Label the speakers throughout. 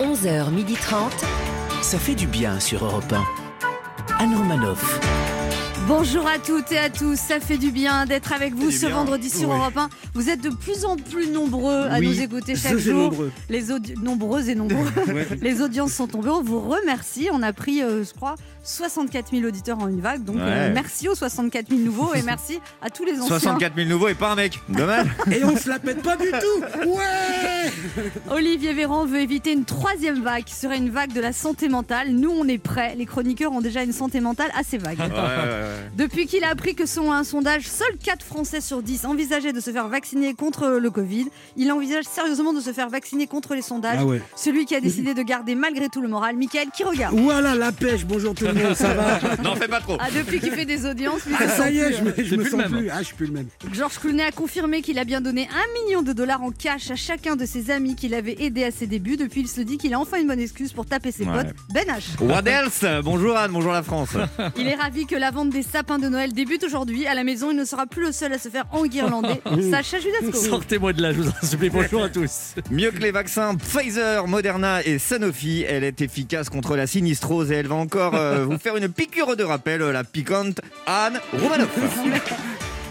Speaker 1: 11h30.
Speaker 2: Ça fait du bien sur Europe 1. Anne Romanoff.
Speaker 3: Bonjour à toutes et à tous, ça fait du bien d'être avec vous
Speaker 4: du
Speaker 3: ce
Speaker 4: bien.
Speaker 3: vendredi sur
Speaker 4: Ouais.
Speaker 3: Europe 1. Vous êtes de plus en plus nombreux à
Speaker 4: Oui,
Speaker 3: nous écouter chaque
Speaker 4: vous êtes
Speaker 3: jour.
Speaker 4: nombreux.
Speaker 3: Les audi- nombreuses et nombreux.
Speaker 4: Ouais.
Speaker 3: Les audiences sont tombées. On vous remercie. On a pris, euh, je crois, 64 000 auditeurs en une vague. Donc
Speaker 5: Ouais.
Speaker 3: euh, merci aux 64 000 nouveaux et merci à tous les anciens.
Speaker 5: 64 000 nouveaux et pas un mec. Dommage.
Speaker 6: Et on se la pète pas du tout Ouais
Speaker 3: Olivier Véran veut éviter une troisième vague qui serait une vague de la santé mentale. Nous, on est prêts. Les chroniqueurs ont déjà une santé mentale assez vague.
Speaker 5: Ouais, ouais, ouais.
Speaker 3: Depuis qu'il a appris que selon un sondage, seuls 4 Français sur 10 envisageaient de se faire vacciner contre le Covid, il envisage sérieusement de se faire vacciner contre les sondages.
Speaker 6: Ah ouais.
Speaker 3: Celui qui a décidé de garder malgré tout le moral, Michael, qui regarde.
Speaker 6: Voilà la pêche, bonjour tout le monde, ça va
Speaker 5: N'en fais pas trop.
Speaker 3: Ah, depuis qu'il fait des audiences, lui,
Speaker 6: Ah
Speaker 3: ça
Speaker 6: ça
Speaker 3: sent
Speaker 6: y est,
Speaker 3: plus,
Speaker 6: je
Speaker 3: hein.
Speaker 6: me, je me
Speaker 7: plus le
Speaker 6: sens
Speaker 7: même.
Speaker 6: plus. Ah, je suis plus le même.
Speaker 3: Georges Clooney a confirmé qu'il a bien donné un million de dollars en cash à chacun de ses amis qui l'avaient aidé à ses débuts. Depuis, il se dit qu'il a enfin une bonne excuse pour taper ses
Speaker 5: Ouais.
Speaker 3: potes. Ben H.
Speaker 5: What else Bonjour Anne, bonjour la France.
Speaker 3: Il est ravi que la vente des sapins de Noël débute aujourd'hui. À la maison, il ne sera plus le seul à se faire enguirlander. Sacha Judasco.
Speaker 7: Sortez-moi de là, je vous en supplie. Bonjour à tous.
Speaker 5: Mieux que les vaccins Pfizer, Moderna et Sanofi, elle est efficace contre la sinistrose et elle va encore euh, vous faire une piqûre de rappel, euh, la piquante Anne Romanoff.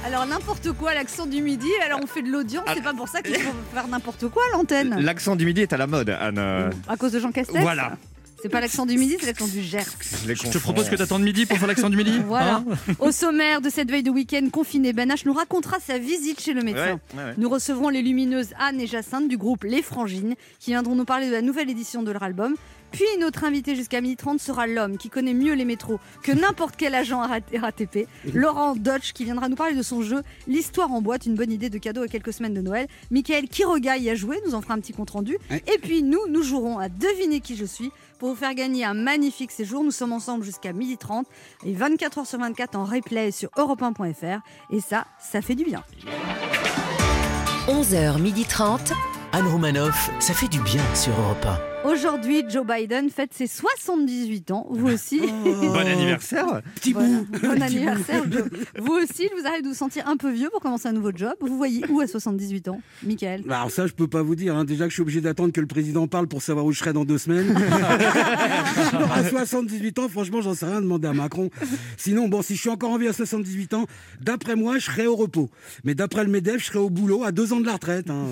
Speaker 3: Alors, n'importe quoi, l'accent du midi. Alors, on fait de l'audience. C'est pas pour ça qu'il faut faire n'importe quoi à l'antenne.
Speaker 5: L'accent du midi est à la mode, Anne. euh,
Speaker 3: À cause de Jean Castex
Speaker 5: Voilà.
Speaker 3: C'est pas l'accent du midi, c'est l'accent du Gers.
Speaker 5: les
Speaker 7: Je te
Speaker 5: confonds.
Speaker 7: propose que t'attendes midi pour faire l'accent du midi.
Speaker 3: Voilà.
Speaker 7: Hein
Speaker 3: Au sommaire de cette veille de week-end confinée, Ben H nous racontera sa visite chez le médecin.
Speaker 5: Ouais, ouais, ouais.
Speaker 3: Nous recevrons les lumineuses Anne et Jacinthe du groupe Les Frangines qui viendront nous parler de la nouvelle édition de leur album. Puis notre invité jusqu'à 12h30 sera l'homme qui connaît mieux les métros que n'importe quel agent RAT- RATP, Laurent Dodge, qui viendra nous parler de son jeu L'histoire en boîte, une bonne idée de cadeau à quelques semaines de Noël. Michael Quiroga y a joué, nous en fera un petit compte-rendu.
Speaker 6: Ouais.
Speaker 3: Et puis nous, nous jouerons à deviner qui je suis pour vous faire gagner un magnifique séjour. Nous sommes ensemble jusqu'à 12h30 et 24h sur 24 en replay sur europe1.fr. Et ça, ça fait du bien.
Speaker 1: 11h30.
Speaker 2: Anne Romanoff, ça fait du bien sur Europe
Speaker 3: Aujourd'hui, Joe Biden fête ses 78 ans. Vous aussi.
Speaker 5: Bon anniversaire.
Speaker 6: Petit
Speaker 3: Voilà.
Speaker 6: bout
Speaker 3: Bon anniversaire, Joe. Vous aussi, il vous arrive de vous sentir un peu vieux pour commencer un nouveau job. Vous voyez où à 78 ans, Michael
Speaker 6: Bah, Alors ça, je peux pas vous dire. hein. Déjà que je suis obligé d'attendre que le président parle pour savoir où je serai dans deux semaines. Alors, à 78 ans, franchement, j'en sais rien. Demander à Macron. Sinon, bon, si je suis encore en vie à 78 ans, d'après moi, je serai au repos. Mais d'après le Medef, je serai au boulot à deux ans de la retraite. hein.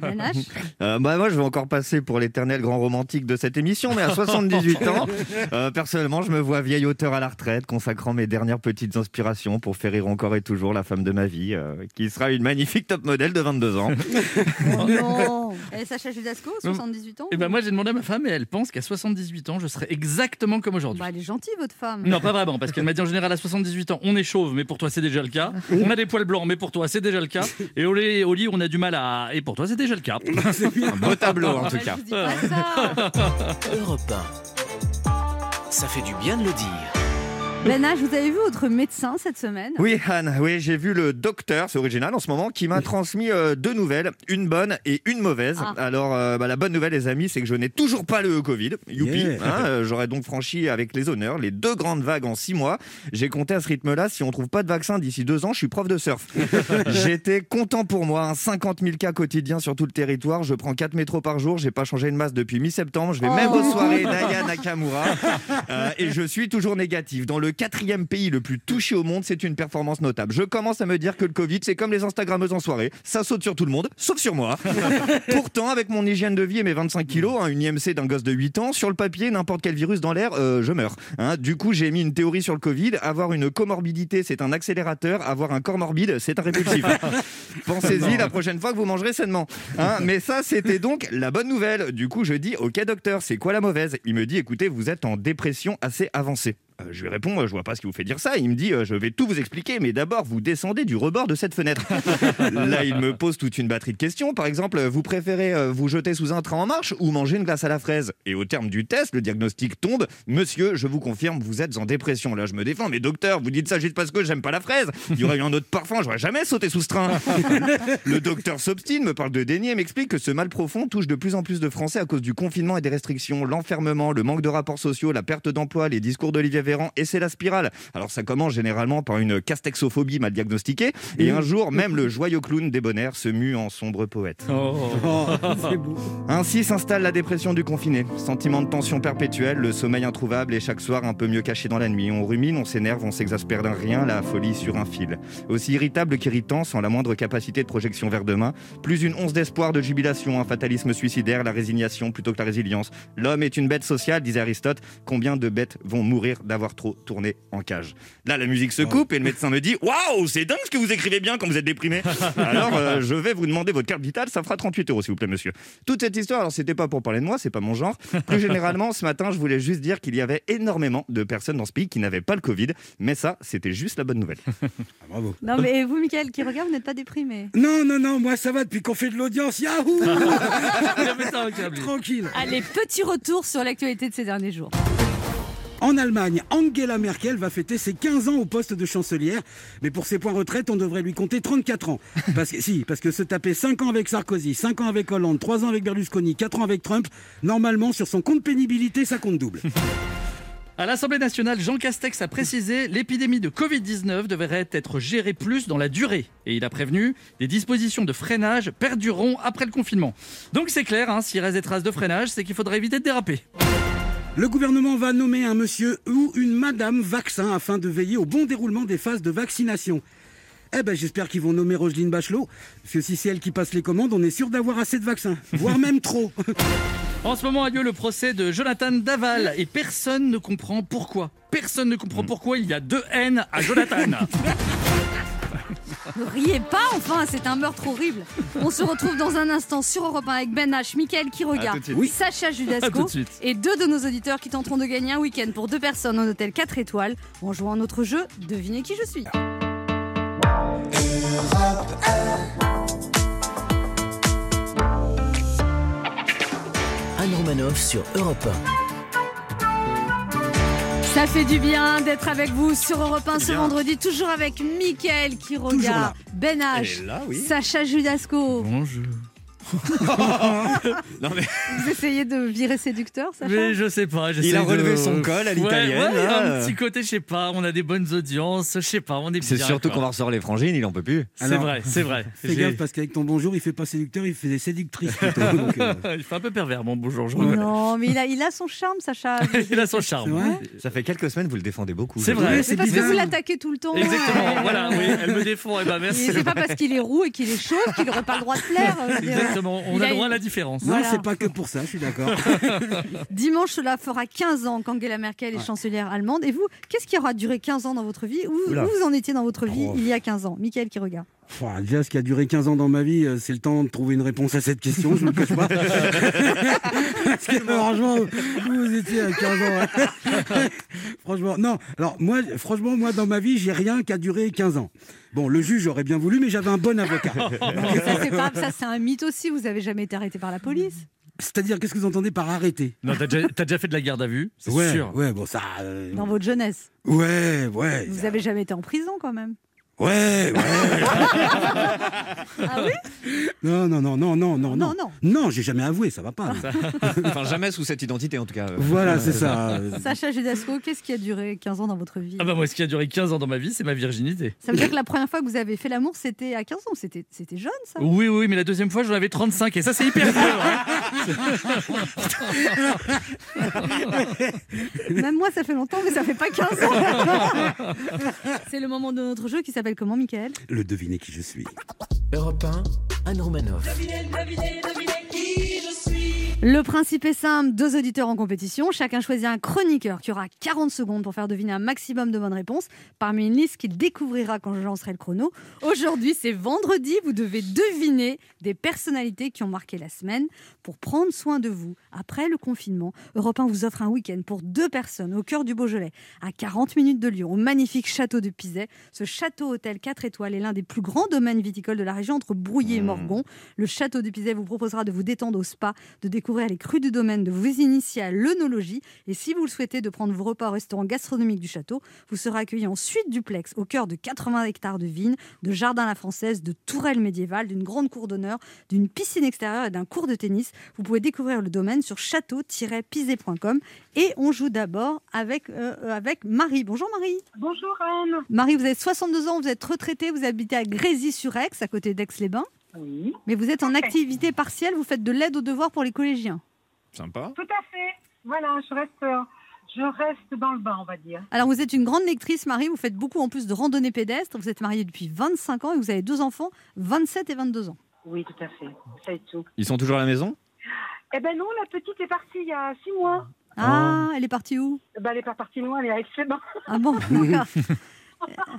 Speaker 3: Ben H
Speaker 5: Euh, bah, moi, je vais encore passer pour l'éternel grand romantique de cette émission, mais à 78 ans, euh, personnellement, je me vois vieil auteur à la retraite, consacrant mes dernières petites inspirations pour faire rire encore et toujours la femme de ma vie, euh, qui sera une magnifique top modèle de 22 ans.
Speaker 3: Oh non Et Sacha Judasco, 78 ans
Speaker 7: Et ben moi j'ai demandé à ma femme et elle pense qu'à 78 ans je serai exactement comme aujourd'hui.
Speaker 3: Bah, Elle est gentille, votre femme.
Speaker 7: Non, pas vraiment, parce qu'elle m'a dit en général à 78 ans, on est chauve, mais pour toi c'est déjà le cas. On a des poils blancs, mais pour toi c'est déjà le cas. Et au lit, au lit, on a du mal à. Et pour toi c'est déjà le cas.
Speaker 6: C'est bien.
Speaker 5: Un beau tableau, en tout
Speaker 3: Ouais, Ah, bah, je
Speaker 5: cas.
Speaker 3: vous dis pas ça.
Speaker 2: 1. Europe 1. Ça fait du bien de le dire.
Speaker 3: Ben H, vous avez vu votre médecin cette semaine
Speaker 5: Oui, Anne, oui, j'ai vu le docteur, c'est original en ce moment, qui m'a transmis euh, deux nouvelles, une bonne et une mauvaise.
Speaker 3: Ah.
Speaker 5: Alors, euh, bah, la bonne nouvelle, les amis, c'est que je n'ai toujours pas le Covid. Youpi,
Speaker 6: Yeah.
Speaker 5: hein, euh, j'aurais donc franchi avec les honneurs les deux grandes vagues en six mois. J'ai compté à ce rythme-là, si on trouve pas de vaccin d'ici deux ans, je suis prof de surf. J'étais content pour moi, hein, 50 000 cas quotidiens sur tout le territoire, je prends 4 métros par jour, j'ai pas changé de masse depuis mi-septembre, je vais
Speaker 8: Oh.
Speaker 5: même aux soirées d'Aya Nakamura. Euh, et je suis toujours négatif. Dans le quatrième pays le plus touché au monde, c'est une performance notable. Je commence à me dire que le Covid, c'est comme les Instagrammeuses en soirée. Ça saute sur tout le monde, sauf sur moi. Pourtant, avec mon hygiène de vie et mes 25 kilos, hein, une IMC d'un gosse de 8 ans, sur le papier, n'importe quel virus dans l'air, euh, je meurs. Hein, du coup, j'ai mis une théorie sur le Covid. Avoir une comorbidité, c'est un accélérateur. Avoir un corps morbide, c'est un répulsif. Pensez-y la prochaine fois que vous mangerez sainement. Hein, mais ça, c'était donc la bonne nouvelle. Du coup, je dis, ok docteur, c'est quoi la mauvaise Il me dit, écoutez, vous êtes en dépression assez avancée. Euh, je lui réponds, euh, je vois pas ce qui vous fait dire ça. Il me dit, euh, je vais tout vous expliquer, mais d'abord, vous descendez du rebord de cette fenêtre. Là, il me pose toute une batterie de questions. Par exemple, euh, vous préférez euh, vous jeter sous un train en marche ou manger une glace à la fraise Et au terme du test, le diagnostic tombe. Monsieur, je vous confirme, vous êtes en dépression. Là, je me défends, mais docteur, vous dites ça juste parce que j'aime pas la fraise. Il y aurait eu un autre parfum, j'aurais jamais sauté sous ce train. Le docteur s'obstine, me parle de déni et m'explique que ce mal profond touche de plus en plus de Français à cause du confinement et des restrictions, l'enfermement, le manque de rapports sociaux, la perte d'emploi, les discours d'Olivier persévérant et c'est la spirale. Alors ça commence généralement par une castexophobie mal diagnostiquée et un jour même le joyeux clown débonnaire se mue en sombre poète.
Speaker 6: Oh, c'est beau.
Speaker 5: Ainsi s'installe la dépression du confiné. Sentiment de tension perpétuelle, le sommeil introuvable et chaque soir un peu mieux caché dans la nuit. On rumine, on s'énerve, on s'exaspère d'un rien, la folie sur un fil. Aussi irritable qu'irritant, sans la moindre capacité de projection vers demain, plus une once d'espoir, de jubilation, un fatalisme suicidaire, la résignation plutôt que la résilience. L'homme est une bête sociale, disait Aristote. Combien de bêtes vont mourir d'avoir trop tourné en cage Là, la musique se coupe et le médecin me dit Waouh, c'est dingue ce que vous écrivez bien quand vous êtes déprimé. Alors, euh, je vais vous demander votre carte vitale, ça fera 38 euros, s'il vous plaît, monsieur. Toute cette histoire, alors c'était pas pour parler de moi, c'est pas mon genre. Plus généralement, ce matin, je voulais juste dire qu'il y avait énormément de personnes dans ce pays qui n'avaient pas le Covid, mais ça, c'était juste la bonne nouvelle.
Speaker 6: Ah, bravo.
Speaker 3: Non, mais vous, Michael, qui regarde, vous n'êtes pas déprimé.
Speaker 6: Non, non, non, moi ça va depuis qu'on fait de l'audience. Yahoo
Speaker 7: Il a pété un câble, lui.
Speaker 6: Tranquille.
Speaker 3: Allez, petit retour sur l'actualité de ces derniers jours.
Speaker 6: En Allemagne, Angela Merkel va fêter ses 15 ans au poste de chancelière, mais pour ses points retraite, on devrait lui compter 34 ans. Parce que, si, parce que se taper 5 ans avec Sarkozy, 5 ans avec Hollande, 3 ans avec Berlusconi, 4 ans avec Trump, normalement sur son compte pénibilité, ça compte double.
Speaker 7: À l'Assemblée nationale, Jean Castex a précisé l'épidémie de Covid-19 devrait être gérée plus dans la durée. Et il a prévenu, des dispositions de freinage perdureront après le confinement. Donc c'est clair, hein, s'il reste des traces de freinage, c'est qu'il faudra éviter de déraper.
Speaker 6: Le gouvernement va nommer un monsieur ou une madame vaccin afin de veiller au bon déroulement des phases de vaccination. Eh ben j'espère qu'ils vont nommer Roselyne Bachelot, parce que si c'est elle qui passe les commandes, on est sûr d'avoir assez de vaccins, voire même trop.
Speaker 7: En ce moment a lieu le procès de Jonathan Daval et personne ne comprend pourquoi. Personne ne comprend pourquoi il y a deux haines à Jonathan.
Speaker 3: Ne riez pas, enfin, c'est un meurtre horrible. On se retrouve dans un instant sur Europe 1 avec Ben H, Michael qui
Speaker 5: À tout
Speaker 3: regarde,
Speaker 5: de suite. Oui.
Speaker 3: Sacha
Speaker 7: À tout
Speaker 3: Judasco
Speaker 7: de suite.
Speaker 3: et deux de nos auditeurs qui tenteront de gagner un week-end pour deux personnes en hôtel 4 étoiles en jouant à notre jeu Devinez qui je suis.
Speaker 2: Anne Romanoff sur Europe
Speaker 3: Ça fait du bien d'être avec vous sur Europe 1 ce
Speaker 5: bien.
Speaker 3: vendredi, toujours avec Mickaël qui
Speaker 6: là.
Speaker 3: regarde, Ben H,
Speaker 5: Elle est là, oui.
Speaker 3: Sacha Judasco.
Speaker 7: Bonjour.
Speaker 5: Non, mais
Speaker 3: Vous essayez de virer séducteur, Sacha
Speaker 7: Mais je sais pas. j'essaie
Speaker 5: Il a
Speaker 7: de-
Speaker 5: relevé son col à
Speaker 7: Ouais,
Speaker 5: l'italienne,
Speaker 7: ouais, il a
Speaker 5: là.
Speaker 7: un petit côté, je sais pas. On a des bonnes audiences, je sais pas. On est
Speaker 5: c'est
Speaker 7: bien,
Speaker 5: surtout
Speaker 7: quoi.
Speaker 5: qu'on va ressortir les frangines, il en peut plus.
Speaker 7: C'est
Speaker 6: Alors,
Speaker 7: vrai, c'est vrai.
Speaker 6: Hein. Fais
Speaker 7: J'ai-
Speaker 6: gaffe parce qu'avec ton bonjour, il fait pas séducteur, il fait séductrice plutôt. Donc, euh,
Speaker 7: Il fait un peu pervers, mon bonjour. je reconnais.
Speaker 3: Oh Non, mais il a, il a son charme, Sacha.
Speaker 7: Il a son charme.
Speaker 6: c'est vrai
Speaker 5: Ça fait quelques semaines, vous le défendez beaucoup.
Speaker 7: C'est
Speaker 5: Je-
Speaker 7: vrai.
Speaker 6: Ouais,
Speaker 3: C'est parce que
Speaker 6: bizarre.
Speaker 3: vous l'attaquez tout le temps.
Speaker 7: Exactement,
Speaker 3: Ouais.
Speaker 7: voilà, oui, elle me défend, et ben
Speaker 3: Et
Speaker 7: merci.
Speaker 3: C'est pas parce qu'il est roux et qu'il est chauve qu'il n'aurait pas le droit de plaire. je veux dire.
Speaker 7: Exactement, on
Speaker 3: euh, Il
Speaker 7: a
Speaker 3: a
Speaker 7: le droit à
Speaker 3: une-
Speaker 7: la différence.
Speaker 6: Non,
Speaker 3: Voilà.
Speaker 6: c'est pas que pour ça, je suis d'accord.
Speaker 3: Dimanche, cela fera 15 ans qu'Angela Merkel est chancelière allemande. Et vous, qu'est-ce qui aura duré 15 ans dans votre vie Où,
Speaker 5: Oula.
Speaker 3: où vous en étiez dans votre vie
Speaker 6: Oh.
Speaker 3: il y a 15 ans Michael qui regarde.
Speaker 6: Pouah, déjà, ce qui a duré 15 ans dans ma vie, euh, c'est le temps de trouver une réponse à cette question, je ne le cache pas. Parce que franchement, vous étiez à 15 ans. ouais. franchement, non. Alors, moi, franchement, moi, dans ma vie, j'ai rien qui a duré 15 ans. Bon, le juge aurait bien voulu, mais j'avais un bon avocat.
Speaker 3: ça, c'est pas- ça, c'est un mythe aussi. Vous avez jamais été arrêté par la police.
Speaker 6: C'est-à-dire, qu'est-ce que vous entendez par arrêter
Speaker 7: Non, t'as déjà, t'as déjà fait de la garde à vue, c'est
Speaker 6: Ouais,
Speaker 7: sûr.
Speaker 6: ouais, bon, ça. euh,
Speaker 3: Dans votre jeunesse.
Speaker 6: Ouais, ouais.
Speaker 3: Vous avez jamais été en prison quand même.
Speaker 6: Ouais, ouais.
Speaker 3: Ah oui
Speaker 6: Non, non, non, non, non, non.
Speaker 3: Non, non.
Speaker 6: Non, j'ai jamais avoué, ça va pas.
Speaker 5: Enfin, jamais sous cette identité, en tout cas. Euh,
Speaker 6: Voilà, c'est ça.
Speaker 3: Sacha Judasco, qu'est-ce qui a duré 15 ans dans votre vie
Speaker 7: Ah bah moi, ce qui a duré 15 ans dans ma vie, c'est ma virginité.
Speaker 3: Ça veut dire que la première fois que vous avez fait l'amour, c'était à 15 ans. C'était c'était jeune, ça
Speaker 7: Oui, oui, mais la deuxième fois, j'en avais 35, et ça, c'est hyper dur. hein.
Speaker 3: Même moi, ça fait longtemps, mais ça fait pas 15 ans. C'est le moment de notre jeu qui s'appelle comment, Michael
Speaker 6: Le deviner qui je suis.
Speaker 2: 1. Europe 1, Anne Romanoff.
Speaker 3: Le principe est simple deux auditeurs en compétition. Chacun choisit un chroniqueur qui aura 40 secondes pour faire deviner un maximum de bonnes réponses parmi une liste qu'il découvrira quand je lancerai le chrono. Aujourd'hui, c'est vendredi. Vous devez deviner des personnalités qui ont marqué la semaine pour prendre soin de vous après le confinement. Europe 1 vous offre un week-end pour deux personnes au cœur du Beaujolais, à 40 minutes de Lyon, au magnifique château de Pizet. Ce château-hôtel 4 étoiles est l'un des plus grands domaines viticoles de la région entre Brouillé et Morgon. Le château de Pizet vous proposera de vous détendre au spa, de découvrir découvrir les crues du domaine, de vous initier à l'œnologie. Et si vous le souhaitez, de prendre vos repas au restaurant gastronomique du château. Vous serez accueilli en suite duplex au cœur de 80 hectares de vignes, de jardins à la française, de tourelles médiévales, d'une grande cour d'honneur, d'une piscine extérieure et d'un cours de tennis. Vous pouvez découvrir le domaine sur château-pisé.com. Et on joue d'abord avec, euh, avec Marie. Bonjour Marie.
Speaker 4: Bonjour Anne.
Speaker 3: Marie, vous avez 62 ans, vous êtes retraitée, vous habitez à Grésy-sur-Aix, à côté d'Aix-les-Bains.
Speaker 4: Oui.
Speaker 3: Mais vous êtes en
Speaker 4: Tout à fait.
Speaker 3: activité partielle, vous faites de l'aide aux devoirs pour les collégiens.
Speaker 9: Sympa.
Speaker 4: Tout à fait. Voilà, je reste, euh, je reste dans le bain, on va dire.
Speaker 3: Alors vous êtes une grande lectrice, Marie, vous faites beaucoup en plus de randonnées pédestres, vous êtes mariée depuis 25 ans et vous avez deux enfants, 27 et 22 ans.
Speaker 4: Oui, tout à fait. C'est tout.
Speaker 9: Ils sont toujours à la maison
Speaker 4: Eh ben non, la petite est partie il y a six mois.
Speaker 3: Ah, elle est partie où
Speaker 4: Eh Ben, elle est pas partie loin, elle est à Aix-les-Bains.
Speaker 3: Ah bon d'accord.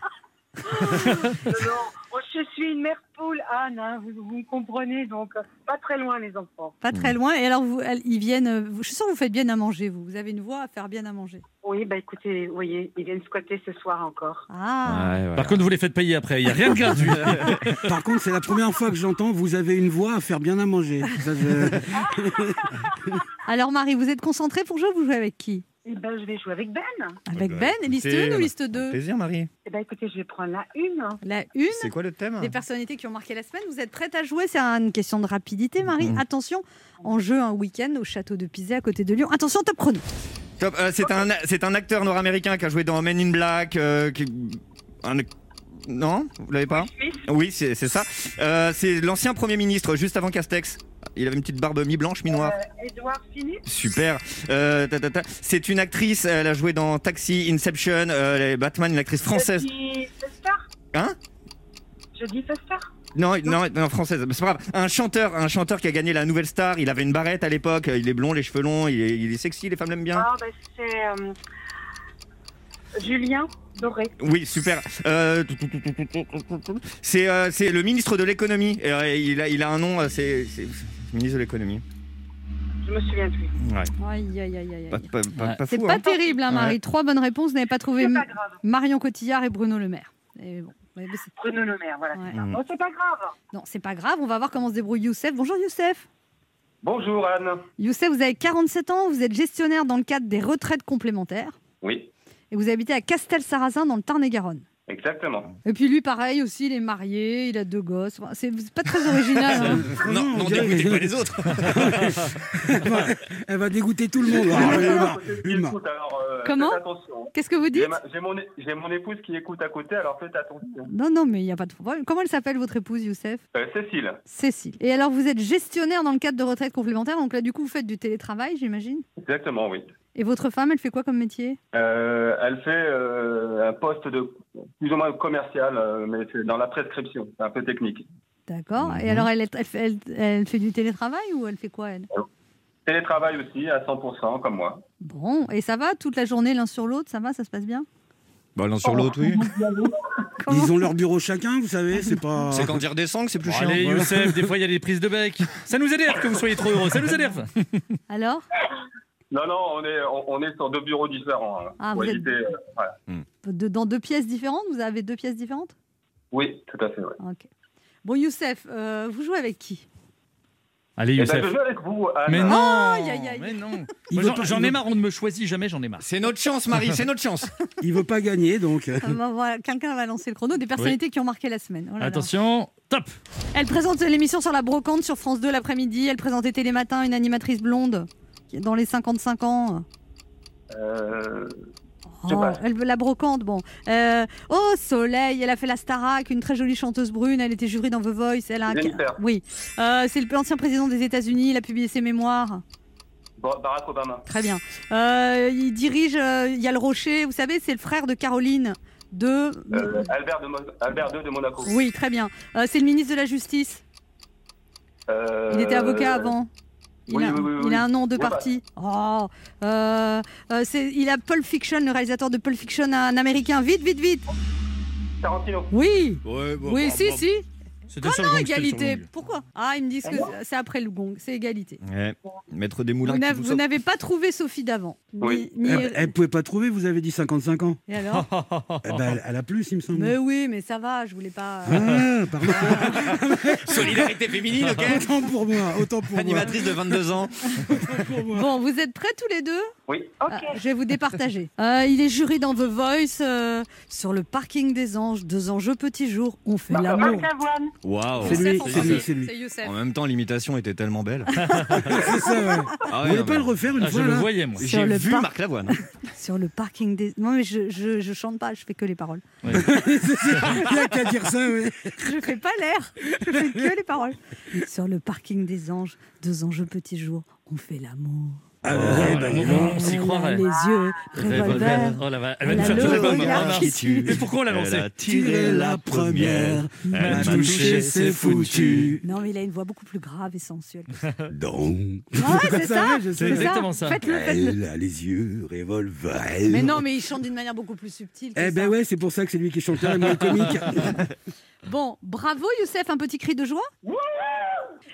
Speaker 4: Non, non. Moi, je suis une mère poule, Anne, hein, vous, vous me comprenez, donc euh, pas très loin les enfants.
Speaker 3: Pas très loin. Et alors, vous, elles- ils viennent, euh, vous- je suis sûre que vous faites bien à manger, vous. Vous avez une voix à faire bien à manger.
Speaker 4: Oui, bah écoutez, vous voyez, ils viennent squatter ce soir encore.
Speaker 3: Ah,
Speaker 9: Par contre, vous les faites payer après, il n'y a rien de gratuit.
Speaker 6: Par contre, c'est la première fois que j'entends vous avez une voix à faire bien à manger. Ça, je-
Speaker 3: Alors, Marie, vous êtes concentrée pour jouer Vous jouez avec qui
Speaker 4: Eh ben, je vais jouer avec Ben.
Speaker 3: Avec
Speaker 5: bah,
Speaker 3: Ben Liste
Speaker 5: écoutez,
Speaker 3: 1 ou
Speaker 5: ma-
Speaker 3: liste 2
Speaker 5: Plaisir, Marie.
Speaker 4: Eh ben, écoutez, je vais prendre la une.
Speaker 3: La 1
Speaker 5: C'est quoi le thème
Speaker 3: des personnalités qui ont marqué la semaine. Vous êtes prête à jouer C'est une question de rapidité, Marie.
Speaker 5: Mhm.
Speaker 3: Attention, en jeu un week-end au château de Pizé à côté de Lyon. Attention, top chrono.
Speaker 5: Top, euh, c'est un, c'est un acteur nord-américain qui a joué dans Men in Black. euh, qui- un- non, vous l'avez pas Oui, c'est c'est ça. Euh, c'est l'ancien premier ministre juste avant Castex. Il avait une petite barbe mi-blanche, mi-noire.
Speaker 4: Edouard Euh, Philippe.
Speaker 5: Super. Euh, ta, ta, ta. C'est une actrice. Elle a joué dans Taxi, Inception, euh, les Batman, une actrice française.
Speaker 4: Je dis Fester.
Speaker 5: Hein
Speaker 4: Je dis Fester.
Speaker 5: Non, non, non, française. C'est pas grave. Un chanteur, un chanteur qui a gagné la Nouvelle Star. Il avait une barrette à l'époque. Il est blond, les cheveux longs. Il est, il est sexy. Les femmes l'aiment bien.
Speaker 4: Ah, ben, c'est euh, Julien Doré.
Speaker 5: Oui, super. Euh, C'est euh, c'est le ministre de l'économie. Euh, Il a, il a un nom, euh, c'est c'est- ministre de l'économie.
Speaker 4: Je me souviens plus.
Speaker 5: Ouais,
Speaker 3: Aïe, aïe, aïe, aïe,
Speaker 5: pas,
Speaker 3: aïe.
Speaker 5: pas, pas-
Speaker 7: Ouais.
Speaker 5: pas
Speaker 3: C'est
Speaker 5: fou,
Speaker 3: pas
Speaker 5: hein.
Speaker 3: terrible, hein, Marie.
Speaker 5: Ouais.
Speaker 3: Trois bonnes réponses. Vous n'avez pas trouvé
Speaker 4: C'est
Speaker 3: M-
Speaker 4: pas grave.
Speaker 3: Marion Cotillard et Bruno Le Maire. Et Eh bon, mais c'est-
Speaker 4: Bruno Le Maire, voilà.
Speaker 3: ouais.
Speaker 5: Mm.
Speaker 4: Bon, Oh, c'est pas grave.
Speaker 3: Non, c'est pas grave. On va voir comment se débrouille Youssef. Bonjour Youssef.
Speaker 10: Bonjour Anne.
Speaker 3: Youssef, vous avez 47 ans. Vous êtes gestionnaire dans le cadre des retraites complémentaires.
Speaker 10: Oui,
Speaker 3: Et vous habitez à Castel-Sarrazin dans le Tarn-et-Garonne.
Speaker 10: exactement.
Speaker 3: Et puis lui, pareil aussi, il est marié, il a deux gosses. Enfin, C'est c'est pas très original. hein.
Speaker 5: Non,
Speaker 6: Franchement,
Speaker 5: non,
Speaker 6: on dirait-
Speaker 5: dégoûtez pas les autres.
Speaker 6: elle, va, elle va dégoûter tout le monde. hein.
Speaker 10: J'ai mon
Speaker 6: Elle
Speaker 10: épouse
Speaker 6: va-
Speaker 10: qui
Speaker 6: Humain.
Speaker 10: écoute, alors, euh,
Speaker 3: Comment
Speaker 10: faites attention.
Speaker 3: Qu'est-ce que vous dites
Speaker 10: J'ai ma- j'ai mon, é- j'ai mon épouse qui écoute à côté, alors faites attention.
Speaker 3: Non, non, mais il n'y a pas de problème. Comment elle s'appelle votre épouse, Youssef
Speaker 10: Euh, Cécile,
Speaker 3: Cécile. Et alors, vous êtes gestionnaire dans le cadre de retraite complémentaire, donc là, du coup, vous faites du télétravail, j'imagine
Speaker 10: exactement, oui.
Speaker 3: Et votre femme, elle fait quoi comme métier
Speaker 10: Euh, elle fait euh, un poste de plus ou moins commercial, euh, mais c'est dans la prescription, c'est un peu technique.
Speaker 3: D'accord.
Speaker 5: Mhm.
Speaker 3: Et alors, elle, est- elle fait, elle- elle fait du télétravail ou elle fait quoi, elle
Speaker 10: Télétravail aussi, à 100%, comme moi.
Speaker 3: Bon, et ça va Toute la journée, l'un sur l'autre, ça va Ça se passe bien
Speaker 9: Bah, l'un sur l'autre, oui.
Speaker 6: Ils ont leur bureau chacun, vous savez, c'est pas.
Speaker 5: C'est quand dire descend que c'est plus
Speaker 7: Bon,
Speaker 5: chiant.
Speaker 7: allez,
Speaker 5: Voilà.
Speaker 7: Youssef, des fois il y a des prises de bec. Ça nous énerve que vous soyez trop heureux, ça nous énerve.
Speaker 3: Alors
Speaker 10: Non, non, on est, on, on est sur deux bureaux différents. hein,
Speaker 3: Ah,
Speaker 10: pour
Speaker 3: vous êtes-
Speaker 10: éviter, euh, voilà.
Speaker 3: de- Dans deux pièces différentes Vous avez deux pièces différentes
Speaker 10: Oui, tout à fait. ouais.
Speaker 3: Ok. Bon, Youssef, euh, vous jouez avec qui
Speaker 7: Allez,
Speaker 10: Eh ben,
Speaker 7: Youssef.
Speaker 10: je joue avec vous, Anne.
Speaker 7: Mais non,
Speaker 3: aïe, aïe, aïe.
Speaker 7: Oh, mais non.
Speaker 6: Il
Speaker 7: Moi,
Speaker 6: veut
Speaker 7: j'en-
Speaker 6: pas-
Speaker 7: J'en
Speaker 6: il
Speaker 7: ai
Speaker 6: veut-
Speaker 7: marre, on ne me choisit jamais, j'en ai marre.
Speaker 5: C'est notre chance, Marie, c'est notre chance.
Speaker 6: Il veut pas gagner, donc. euh.
Speaker 3: Ah, bah, voilà, Quelqu'un va lancer le chrono des personnalités qui ont marqué la semaine. Oh là là.
Speaker 7: Attention, top
Speaker 3: Elle présente l'émission sur la brocante sur France 2 l'après-midi. Elle présentait Télématin, une animatrice blonde qui est dans les 55 ans.
Speaker 10: Euh, Je sais
Speaker 3: Oh,
Speaker 10: pas.
Speaker 3: elle veut la brocante, bon. Euh, oh, Soleil, elle a fait la Starac, une très jolie chanteuse brune. Elle était jurée dans The Voice. Elle a un-
Speaker 10: Jennifer.
Speaker 3: Oui. Euh, C'est le- l'ancien président des États-Unis. Il a publié ses mémoires.
Speaker 10: Ba- Barack Obama.
Speaker 3: Très bien. Euh, il dirige. euh, Il y a le Rocher. Vous savez, c'est le frère de Caroline. De.
Speaker 10: Euh, Albert, de Mon- Albert II de Monaco.
Speaker 3: Oui, très bien. Euh, c'est le ministre de la Justice.
Speaker 10: Euh,
Speaker 3: Il était avocat avant. Il,
Speaker 10: oui,
Speaker 3: a,
Speaker 10: oui, oui, oui,
Speaker 3: il a un nom de
Speaker 10: Oui, bah.
Speaker 3: parti. Oh, euh, euh, c'est- il a Pulp Fiction, le réalisateur de Pulp Fiction, un américain. Vite, vite, vite.
Speaker 10: Tarantino.
Speaker 3: Oui,
Speaker 9: Ouais, bon,
Speaker 3: oui,
Speaker 9: bah,
Speaker 3: si,
Speaker 9: bah,
Speaker 3: si.
Speaker 7: C'était
Speaker 3: Comment
Speaker 7: sur le gong, c'était sur le
Speaker 3: égalité
Speaker 7: gong.
Speaker 3: Pourquoi Ah, ils me disent que
Speaker 10: Hein
Speaker 3: c'est- c'est après le gong, c'est égalité.
Speaker 5: Ouais. Maître des
Speaker 3: Vous
Speaker 5: moulins qui
Speaker 3: n'avez-
Speaker 5: vous
Speaker 3: vous
Speaker 5: saute.
Speaker 3: n'avez pas trouvé Sophie d'avant. Ni-
Speaker 10: Oui.
Speaker 3: ni-
Speaker 6: Eh ben, Elle ne pouvait pas trouver, vous avez dit 55 ans.
Speaker 3: Et alors
Speaker 6: Eh ben, elle, elle a plus, il me semble.
Speaker 3: Mais oui, mais ça va, je voulais pas. euh,
Speaker 6: Ah, pardon.
Speaker 2: Solidarité féminine, ok
Speaker 6: autant pour moi, autant pour moi.
Speaker 2: Animatrice de 22 ans.
Speaker 3: Bon, vous êtes prêts tous les deux
Speaker 10: Oui.
Speaker 3: Ah, Je vais vous départager. Euh, il est jury dans The Voice euh, sur le parking des anges. Deux enjeux petits jours, on fait l'amour.
Speaker 4: Marc Lavoine.
Speaker 5: Waouh.
Speaker 6: C'est lui,
Speaker 3: Youssef, on
Speaker 6: c'est lui,
Speaker 3: rappelle.
Speaker 6: c'est lui.
Speaker 3: C'est Youssef.
Speaker 5: En même temps, l'imitation était tellement belle.
Speaker 6: C'est ça, ouais.
Speaker 5: Ah
Speaker 6: Vous
Speaker 5: ouais,
Speaker 6: voulez
Speaker 5: non,
Speaker 6: pas
Speaker 5: mais-
Speaker 6: le refaire une
Speaker 7: Ah, je
Speaker 6: fois,
Speaker 7: le
Speaker 6: là
Speaker 7: voyais, moi.
Speaker 5: J'ai
Speaker 3: Sur le
Speaker 5: vu
Speaker 3: parc.
Speaker 5: Marc Lavoine.
Speaker 3: Sur le parking des. Non, mais je, je, je chante pas, je fais que les paroles.
Speaker 6: Il y a qu'à dire ça, ouais.
Speaker 3: Je fais pas l'air, je fais que les paroles. Sur le parking des anges, deux enjeux petits jours, on fait l'amour.
Speaker 6: Ah,
Speaker 7: Ouais,
Speaker 6: ouais, bah,
Speaker 7: on-
Speaker 6: dis
Speaker 7: on
Speaker 6: donc.
Speaker 7: s'y
Speaker 3: Elle a
Speaker 7: croirait.
Speaker 3: Les yeux, revolver.
Speaker 7: Oh, la va- Elle va
Speaker 3: Elle
Speaker 7: nous
Speaker 3: a
Speaker 7: faire tout
Speaker 3: le
Speaker 7: l'album. hein,
Speaker 3: regard
Speaker 7: Marc.
Speaker 3: qui tue.
Speaker 7: Et pourquoi on l'a lancé
Speaker 5: Elle a
Speaker 6: Tirer la première, m'a touché, c'est foutu.
Speaker 3: Non, mais il a une voix beaucoup plus grave et sensuelle.
Speaker 6: Donc,
Speaker 3: Ah ouais,
Speaker 6: Ça,
Speaker 3: c'est ça,
Speaker 6: ouais, je sais.
Speaker 3: c'est
Speaker 7: Exactement ça.
Speaker 3: Faites-le, faites-le.
Speaker 6: elle a les yeux revolver.
Speaker 3: Mais non, mais il chante d'une manière beaucoup plus subtile. que
Speaker 6: Eh ben
Speaker 3: ça.
Speaker 6: ouais, c'est pour ça que c'est lui qui est chanteur et moi le comique.
Speaker 3: Bon, bravo Youssef, un petit cri de joie.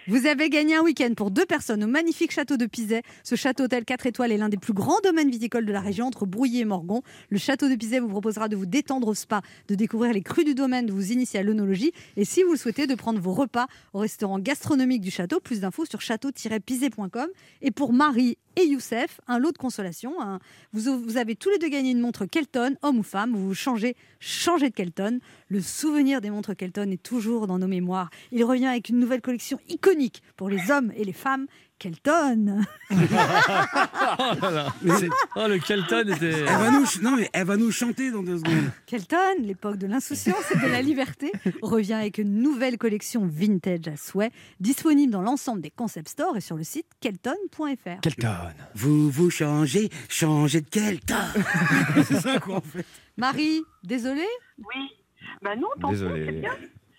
Speaker 3: Vous avez gagné un week-end pour deux personnes au magnifique château de Pizet. Ce château hôtel 4 étoiles est l'un des plus grands domaines viticoles de la région entre Brouillé et Morgon. Le château de Pizet vous proposera de vous détendre au spa, de découvrir les crus du domaine, de vous initier à l'œnologie et si vous le souhaitez, de prendre vos repas au restaurant gastronomique du château. Plus d'infos sur château-pizet.com. Et pour Marie et Youssef, un lot de consolation. un- Vous, vous avez tous les deux gagné une montre Kelton, homme ou femme. Vous changez, changez de Kelton. Le souvenir des montres Kelton est toujours dans nos mémoires. Il revient avec une nouvelle collection iconique pour les hommes et les femmes. Kelton
Speaker 7: Oh là là.
Speaker 6: Mais c'est-
Speaker 7: Oh, le Kelton était.
Speaker 6: Elle va nous, ch- non, mais elle va nous chanter dans deux secondes.
Speaker 3: Kelton, l'époque de l'insouciance et de la liberté, revient avec une nouvelle collection vintage à souhait, disponible dans l'ensemble des concept stores et sur le site kelton.fr.
Speaker 2: Kelton.
Speaker 6: Vous vous changez, changez de quel temps C'est ça quoi en fait.
Speaker 3: Marie, désolée
Speaker 4: Oui. Ben non, tant pis,
Speaker 5: Désolé.
Speaker 4: c'est bien.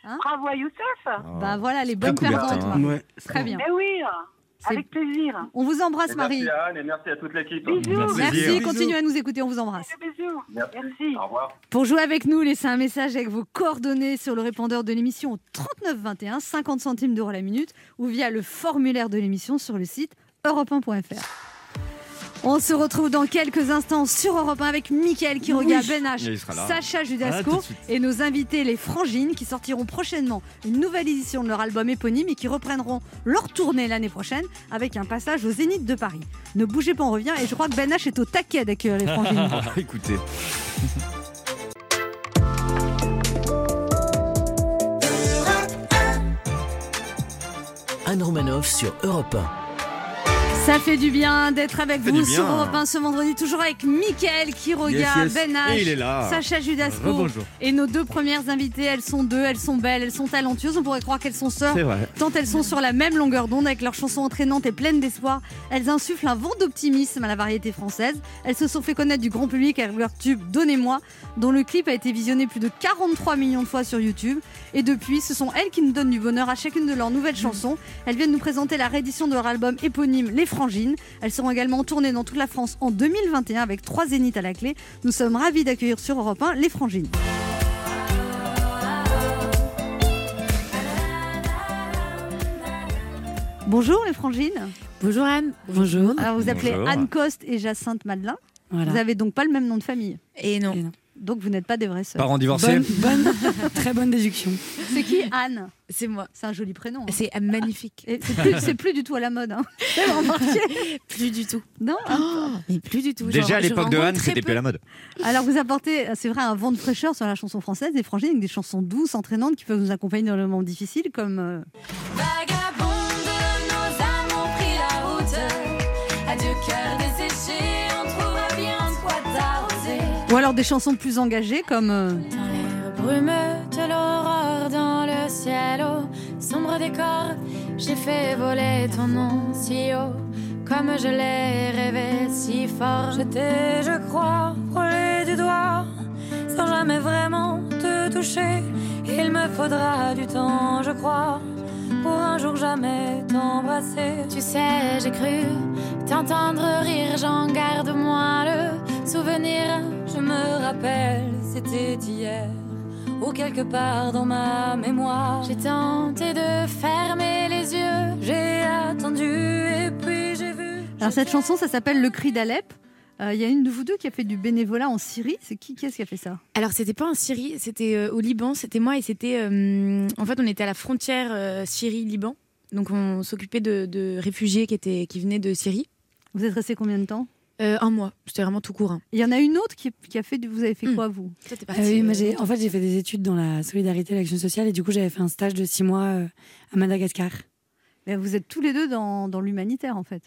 Speaker 3: Hein
Speaker 4: Bravo à Youssef.
Speaker 5: Oh.
Speaker 3: Bah voilà les bonnes
Speaker 5: très couvert,
Speaker 3: perdantes.
Speaker 5: hein.
Speaker 3: Marie.
Speaker 6: Ouais.
Speaker 3: Très bien.
Speaker 4: Mais oui, hein.
Speaker 3: C'est-
Speaker 4: avec plaisir.
Speaker 3: On vous embrasse
Speaker 10: Et
Speaker 3: Marie.
Speaker 10: Merci Eh ben, à Anne et merci à toute l'équipe.
Speaker 4: Bisous.
Speaker 3: Merci,
Speaker 6: Plaisir.
Speaker 3: continuez à nous écouter, on vous embrasse.
Speaker 4: Bisous, bisous.
Speaker 10: Merci.
Speaker 4: Merci.
Speaker 10: Au revoir.
Speaker 3: Pour jouer avec nous, laissez un message avec vos coordonnées sur le répondeur de l'émission au 3921, 50 centimes d'euros la minute, ou via le formulaire de l'émission sur le site europe1.fr. On se retrouve dans quelques instants sur Europe 1 avec Mickaël Quiroga, Ben H,
Speaker 5: Il sera là.
Speaker 3: Sacha
Speaker 7: Ah, tout
Speaker 3: Judasco
Speaker 7: de suite.
Speaker 3: et nos invités les Frangines qui sortiront prochainement une nouvelle édition de leur album éponyme et qui reprendront leur tournée l'année prochaine avec un passage au Zénith de Paris. Ne bougez pas, on revient et je crois que Ben H est au taquet d'accueillir les Frangines.
Speaker 5: Écoutez.
Speaker 2: Anne Romanoff sur Europe 1.
Speaker 3: Ça fait du bien d'être avec
Speaker 5: fait
Speaker 3: vous
Speaker 5: du bien.
Speaker 3: sur Europe 1 ce vendredi, toujours avec Mickaël Quiroga,
Speaker 6: Yes, yes.
Speaker 3: Ben H,
Speaker 5: Et il est là.
Speaker 3: Sacha Judasco.
Speaker 7: Rebonjour.
Speaker 3: Et nos deux premières invitées, elles sont deux, elles sont belles, elles sont talentueuses. On pourrait croire qu'elles sont sœurs,
Speaker 5: C'est vrai.
Speaker 3: tant elles sont sur la même longueur d'onde avec leurs chansons entraînantes et pleines d'espoir. Elles insufflent un vent d'optimisme à la variété française. Elles se sont fait connaître du grand public avec leur tube Donnez-moi, dont le clip a été visionné plus de 43 millions de fois sur YouTube. Et depuis, ce sont elles qui nous donnent du bonheur à chacune de leurs nouvelles chansons. Elles viennent nous présenter la réédition de leur album éponyme Les Frangines. Elles seront également en tournée dans toute la France en 2021 avec trois zéniths à la clé. Nous sommes ravis d'accueillir sur Europe 1 Les Frangines. Bonjour les frangines.
Speaker 11: Bonjour Anne. Bonjour.
Speaker 3: Alors vous appelez
Speaker 5: Bonjour.
Speaker 3: Anne Coste et Jacinthe Madelin. Vous n'avez donc pas le même nom de famille.
Speaker 11: Et non.
Speaker 3: Donc vous n'êtes pas des vraies sœurs.
Speaker 5: Parents divorcés.
Speaker 11: Bonne, bonne- très bonne déduction.
Speaker 3: C'est qui Anne
Speaker 11: C'est moi.
Speaker 3: C'est un joli prénom. hein.
Speaker 11: C'est magnifique.
Speaker 3: Et C'est plus, c'est plus du tout à la mode. Hein. Vous avez remarqué
Speaker 11: Plus du tout.
Speaker 3: Non Oh,
Speaker 11: Mais plus du tout.
Speaker 5: Déjà
Speaker 11: Genre,
Speaker 5: à
Speaker 11: je
Speaker 5: l'époque de
Speaker 11: rencontre
Speaker 5: Anne,
Speaker 11: très
Speaker 5: c'était
Speaker 11: peu.
Speaker 5: plus la mode.
Speaker 3: Alors vous apportez, c'est vrai, un vent de fraîcheur sur la chanson française des frangines avec des chansons douces, entraînantes qui peuvent nous accompagner dans le moment difficile comme euh, ou alors des chansons plus engagées comme euh,
Speaker 11: Dans les brumes de l'aurore, dans le ciel au sombre décor, j'ai fait voler ton nom si haut, comme je l'ai rêvé si fort. J'étais, je crois, brûlé du doigt, sans jamais vraiment te toucher. Il me faudra du temps, je crois, pour un jour jamais t'embrasser. Tu sais, j'ai cru t'entendre rire, j'en garde moins le souvenir. Je me rappelle, c'était hier. ou quelque part dans ma mémoire. J'ai tenté de fermer les yeux, j'ai attendu et puis j'ai vu.
Speaker 3: Alors cette chanson, ça s'appelle Le cri d'Alep. Euh, Il y a une de vous deux qui a fait du bénévolat en Syrie. C'est qui, qui est-ce qui a fait ça
Speaker 12: Alors, c'était pas en Syrie, c'était euh, au Liban, c'était moi et c'était. euh, en fait, on était à la frontière euh, Syrie-Liban. Donc, on s'occupait de, de réfugiés qui, étaient, qui venaient de Syrie. Euh,
Speaker 3: Vous êtes resté combien de temps
Speaker 12: Un mois. C'était vraiment tout court. hein.
Speaker 3: Il y en a une autre qui, qui a fait. du- Vous avez fait
Speaker 12: Hmm.
Speaker 3: quoi, vous
Speaker 13: Ah oui,
Speaker 12: euh,
Speaker 13: moi, j'ai- en fait, j'ai fait des études dans la solidarité et l'action sociale et du coup, j'avais fait un stage de six mois euh, à Madagascar.
Speaker 3: Mais vous êtes tous les deux dans, dans l'humanitaire, en fait.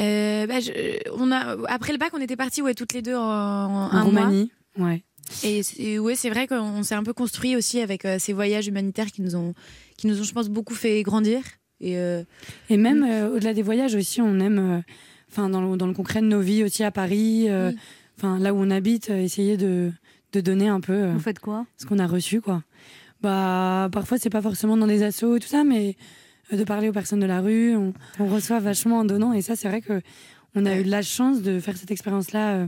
Speaker 12: Euh, bah, je- on a, après le bac, on était partis ouais, toutes les deux en, en
Speaker 13: En
Speaker 12: un mois.
Speaker 13: Roumanie. Ouais.
Speaker 12: Et, c'est- ouais, c'est vrai qu'on s'est un peu construit aussi avec euh, ces voyages humanitaires qui nous ont, qui nous ont, je pense, beaucoup fait grandir. Et, euh,
Speaker 13: Et
Speaker 3: Mm.
Speaker 13: même euh, au-delà des voyages aussi, on aime, euh, enfin dans, le, dans le concret de nos vies aussi à Paris, euh, enfin là où on habite, euh, essayer de, de donner un peu. euh,
Speaker 3: Vous faites quoi
Speaker 13: Ce qu'on a reçu quoi. Bah parfois c'est pas forcément dans des assos et tout ça, mais euh, de parler aux personnes de la rue, on, on reçoit vachement en donnant. Et ça c'est vrai que on a eu de la chance de faire cette expérience là.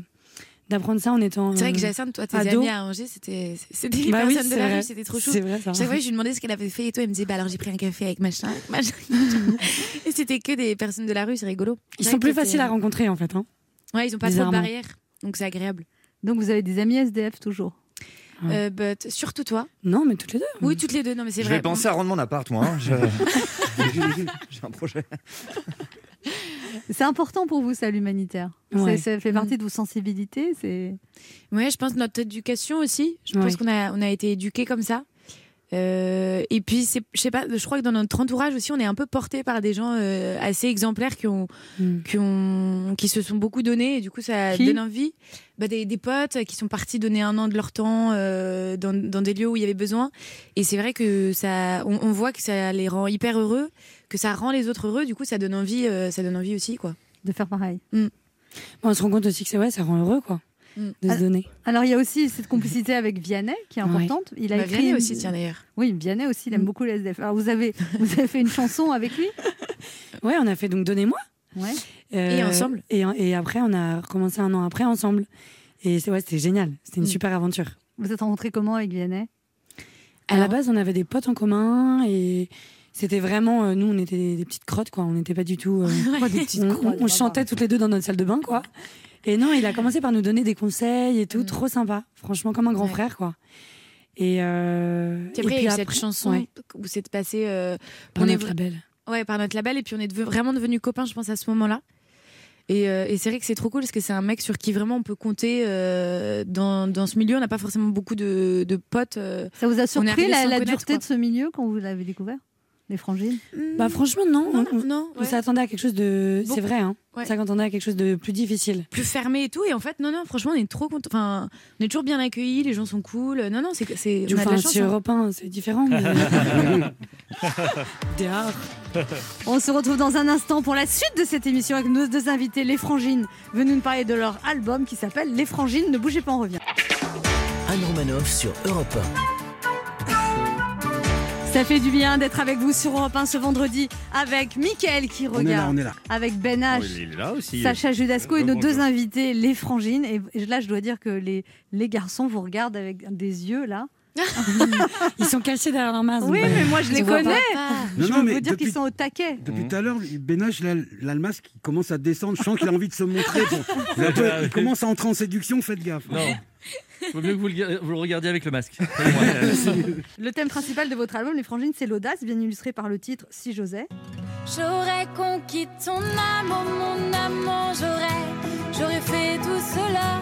Speaker 13: D'apprendre ça en étant.
Speaker 12: C'est vrai que
Speaker 13: euh,
Speaker 12: Jacinthe, toi, tes
Speaker 13: ado.
Speaker 12: amis à Angers, c'était c'était les
Speaker 13: Bah oui,
Speaker 12: personnes de
Speaker 13: c'est
Speaker 12: la
Speaker 13: vrai.
Speaker 12: rue, c'était trop chaud.
Speaker 13: C'est vrai, ça.
Speaker 12: Chaque fois, je lui demandais ce qu'elle avait fait et tout, elle me disait bah alors j'ai pris un café avec machin, avec machin. et c'était que des personnes de la rue, c'est rigolo.
Speaker 13: Ils
Speaker 12: C'est
Speaker 13: sont
Speaker 12: vrai
Speaker 13: plus
Speaker 12: que euh, t'es-
Speaker 13: faciles à rencontrer en fait. Hein.
Speaker 12: Ouais, ils ont pas trop de
Speaker 13: Bizarrement.
Speaker 12: barrières, donc c'est agréable.
Speaker 3: Donc vous avez des amis SDF toujours
Speaker 12: Euh, but, surtout toi.
Speaker 13: Non, mais toutes les deux.
Speaker 12: Oui, toutes les deux. Non, mais c'est
Speaker 5: Je
Speaker 12: vrai.
Speaker 5: vais penser à rendre mon appart, moi. hein. Je- J'ai un projet.
Speaker 3: C'est important pour vous, ça, l'humanitaire
Speaker 12: Ouais.
Speaker 3: ça, ça fait
Speaker 13: Hmm.
Speaker 3: partie de vos sensibilités c'est...
Speaker 12: Ouais, je pense notre éducation aussi. Je
Speaker 3: Ouais.
Speaker 12: pense qu'on a, on a été éduqués comme ça. Euh, et puis, c'est- je sais pas, je crois que dans notre entourage aussi, on est un peu porté par des gens euh, assez exemplaires qui, ont,
Speaker 3: Hmm.
Speaker 12: qui, ont, qui se sont beaucoup donnés. Et du coup, ça
Speaker 8: Qui
Speaker 12: donne envie. Bah, des, des potes qui sont partis donner un an de leur temps euh, dans, dans des lieux où il y avait besoin. Et c'est vrai que ça, on, on voit que ça les rend hyper heureux, que ça rend les autres heureux. Du coup, ça donne envie, euh, ça donne envie aussi, quoi.
Speaker 3: de faire pareil.
Speaker 12: Mm.
Speaker 13: Bah, On se rend compte aussi que c'est ouais, ça rend heureux quoi,
Speaker 12: Hmm.
Speaker 13: de
Speaker 3: Ah.
Speaker 13: Hmm. se donner.
Speaker 3: Alors il y a aussi cette complicité avec Vianney qui est importante. Il a
Speaker 12: Bah,
Speaker 3: écrit
Speaker 12: Vianney
Speaker 3: une-
Speaker 12: aussi, tiens, d'ailleurs.
Speaker 3: Oui, Vianney aussi, il
Speaker 13: Hmm.
Speaker 3: aime beaucoup les SDF. Alors vous avez, vous avez fait une chanson avec lui
Speaker 13: Ouais, on a fait donc Donnez-moi.
Speaker 3: Ouais.
Speaker 13: Euh,
Speaker 3: Et ensemble
Speaker 13: et, et après, on a recommencé un an après ensemble. Et c'est- ouais, c'était génial. C'était une
Speaker 3: Mm.
Speaker 13: super aventure.
Speaker 3: Vous êtes rencontrés comment avec Vianney
Speaker 13: À la base, on avait des potes en commun et c'était vraiment. euh, nous, on était des, des petites crottes, quoi. On n'était pas du tout. euh,
Speaker 3: Ouais, des petites
Speaker 13: on- on-
Speaker 3: crottes,
Speaker 13: on, chantait toutes les deux dans notre salle de bain, quoi. Et non, il a commencé par nous donner des conseils et tout.
Speaker 3: Mm.
Speaker 13: Trop sympa. Franchement, comme un grand frère, quoi. Et, euh,
Speaker 12: Puis après,
Speaker 13: et
Speaker 12: il y a eu
Speaker 13: puis
Speaker 12: cette
Speaker 13: après-
Speaker 12: chanson
Speaker 13: ouais.
Speaker 12: où c'est passé. euh,
Speaker 13: Par
Speaker 12: on est
Speaker 13: notre
Speaker 12: vra-
Speaker 13: label.
Speaker 12: Ouais, par notre label. Et puis on est deve- vraiment devenus copains, je pense, à ce moment-là. Et, euh, et c'est vrai que c'est trop cool parce que c'est un mec sur qui vraiment on peut compter euh, dans, dans ce milieu. On n'a pas forcément beaucoup de, de potes. euh,
Speaker 3: Ça vous
Speaker 12: on
Speaker 3: a
Speaker 12: est
Speaker 3: surpris
Speaker 12: arrivés
Speaker 3: la,
Speaker 12: sans
Speaker 3: la
Speaker 12: connaître,
Speaker 3: dureté de ce milieu quand vous l'avez découvert Les frangines
Speaker 13: Bah franchement non, on, on-
Speaker 12: on
Speaker 13: s'attendait à quelque chose de, c'est vrai, hein.
Speaker 12: Ouais.
Speaker 13: on s'attendait à quelque chose de plus difficile.
Speaker 12: plus fermé et tout. Et en fait, non, non, franchement, on est trop content. Enfin, on est toujours bien accueillis, les gens sont cool. Non, non, c'est. c'est-
Speaker 13: Du
Speaker 12: on a de la
Speaker 13: enfin,
Speaker 12: chance,
Speaker 13: c'est
Speaker 12: hein.
Speaker 13: européen, c'est différent. Mais... Dehors.
Speaker 3: On se retrouve dans un instant pour la suite de cette émission avec nos deux invités, les frangines, venus nous parler de leur album qui s'appelle Les frangines. Ne bougez pas, on revient.
Speaker 2: Anne Romanoff sur Europe
Speaker 3: Ça fait du bien d'être avec vous sur Europe 1 ce vendredi avec Mickaël qui
Speaker 2: est là,
Speaker 3: regarde,
Speaker 2: on est là.
Speaker 3: avec Ben H,
Speaker 9: Oh, il est là aussi.
Speaker 3: Sacha Judasco et nos
Speaker 9: Bonjour.
Speaker 3: deux invités, les frangines. Et et là, je dois dire que les, les garçons vous regardent avec des yeux là.
Speaker 13: Ils sont cachés derrière leur masque.
Speaker 3: Oui,
Speaker 13: donc,
Speaker 3: mais
Speaker 13: bah,
Speaker 3: moi je
Speaker 13: on
Speaker 3: les
Speaker 13: voit
Speaker 3: connais.
Speaker 13: pas.
Speaker 3: Je
Speaker 6: Non, non,
Speaker 3: peux
Speaker 6: mais
Speaker 3: vous dire qu'ils
Speaker 6: depuis-
Speaker 3: sont au taquet.
Speaker 5: Mhm.
Speaker 6: Depuis tout à l'heure, Benach, l'Almas, qui commence à descendre, je sens qu'il a envie de se montrer. bon. Il est un peu- il commence à entrer en séduction, faites gaffe.
Speaker 7: Non. Vaut mieux que vous le, vous le regardiez avec le masque.
Speaker 3: Le thème principal de votre album, Les frangines, c'est l'audace, bien illustré par le titre Si j'osais.
Speaker 11: J'aurais conquis ton amour, mon amant, j'aurais, j'aurais fait tout cela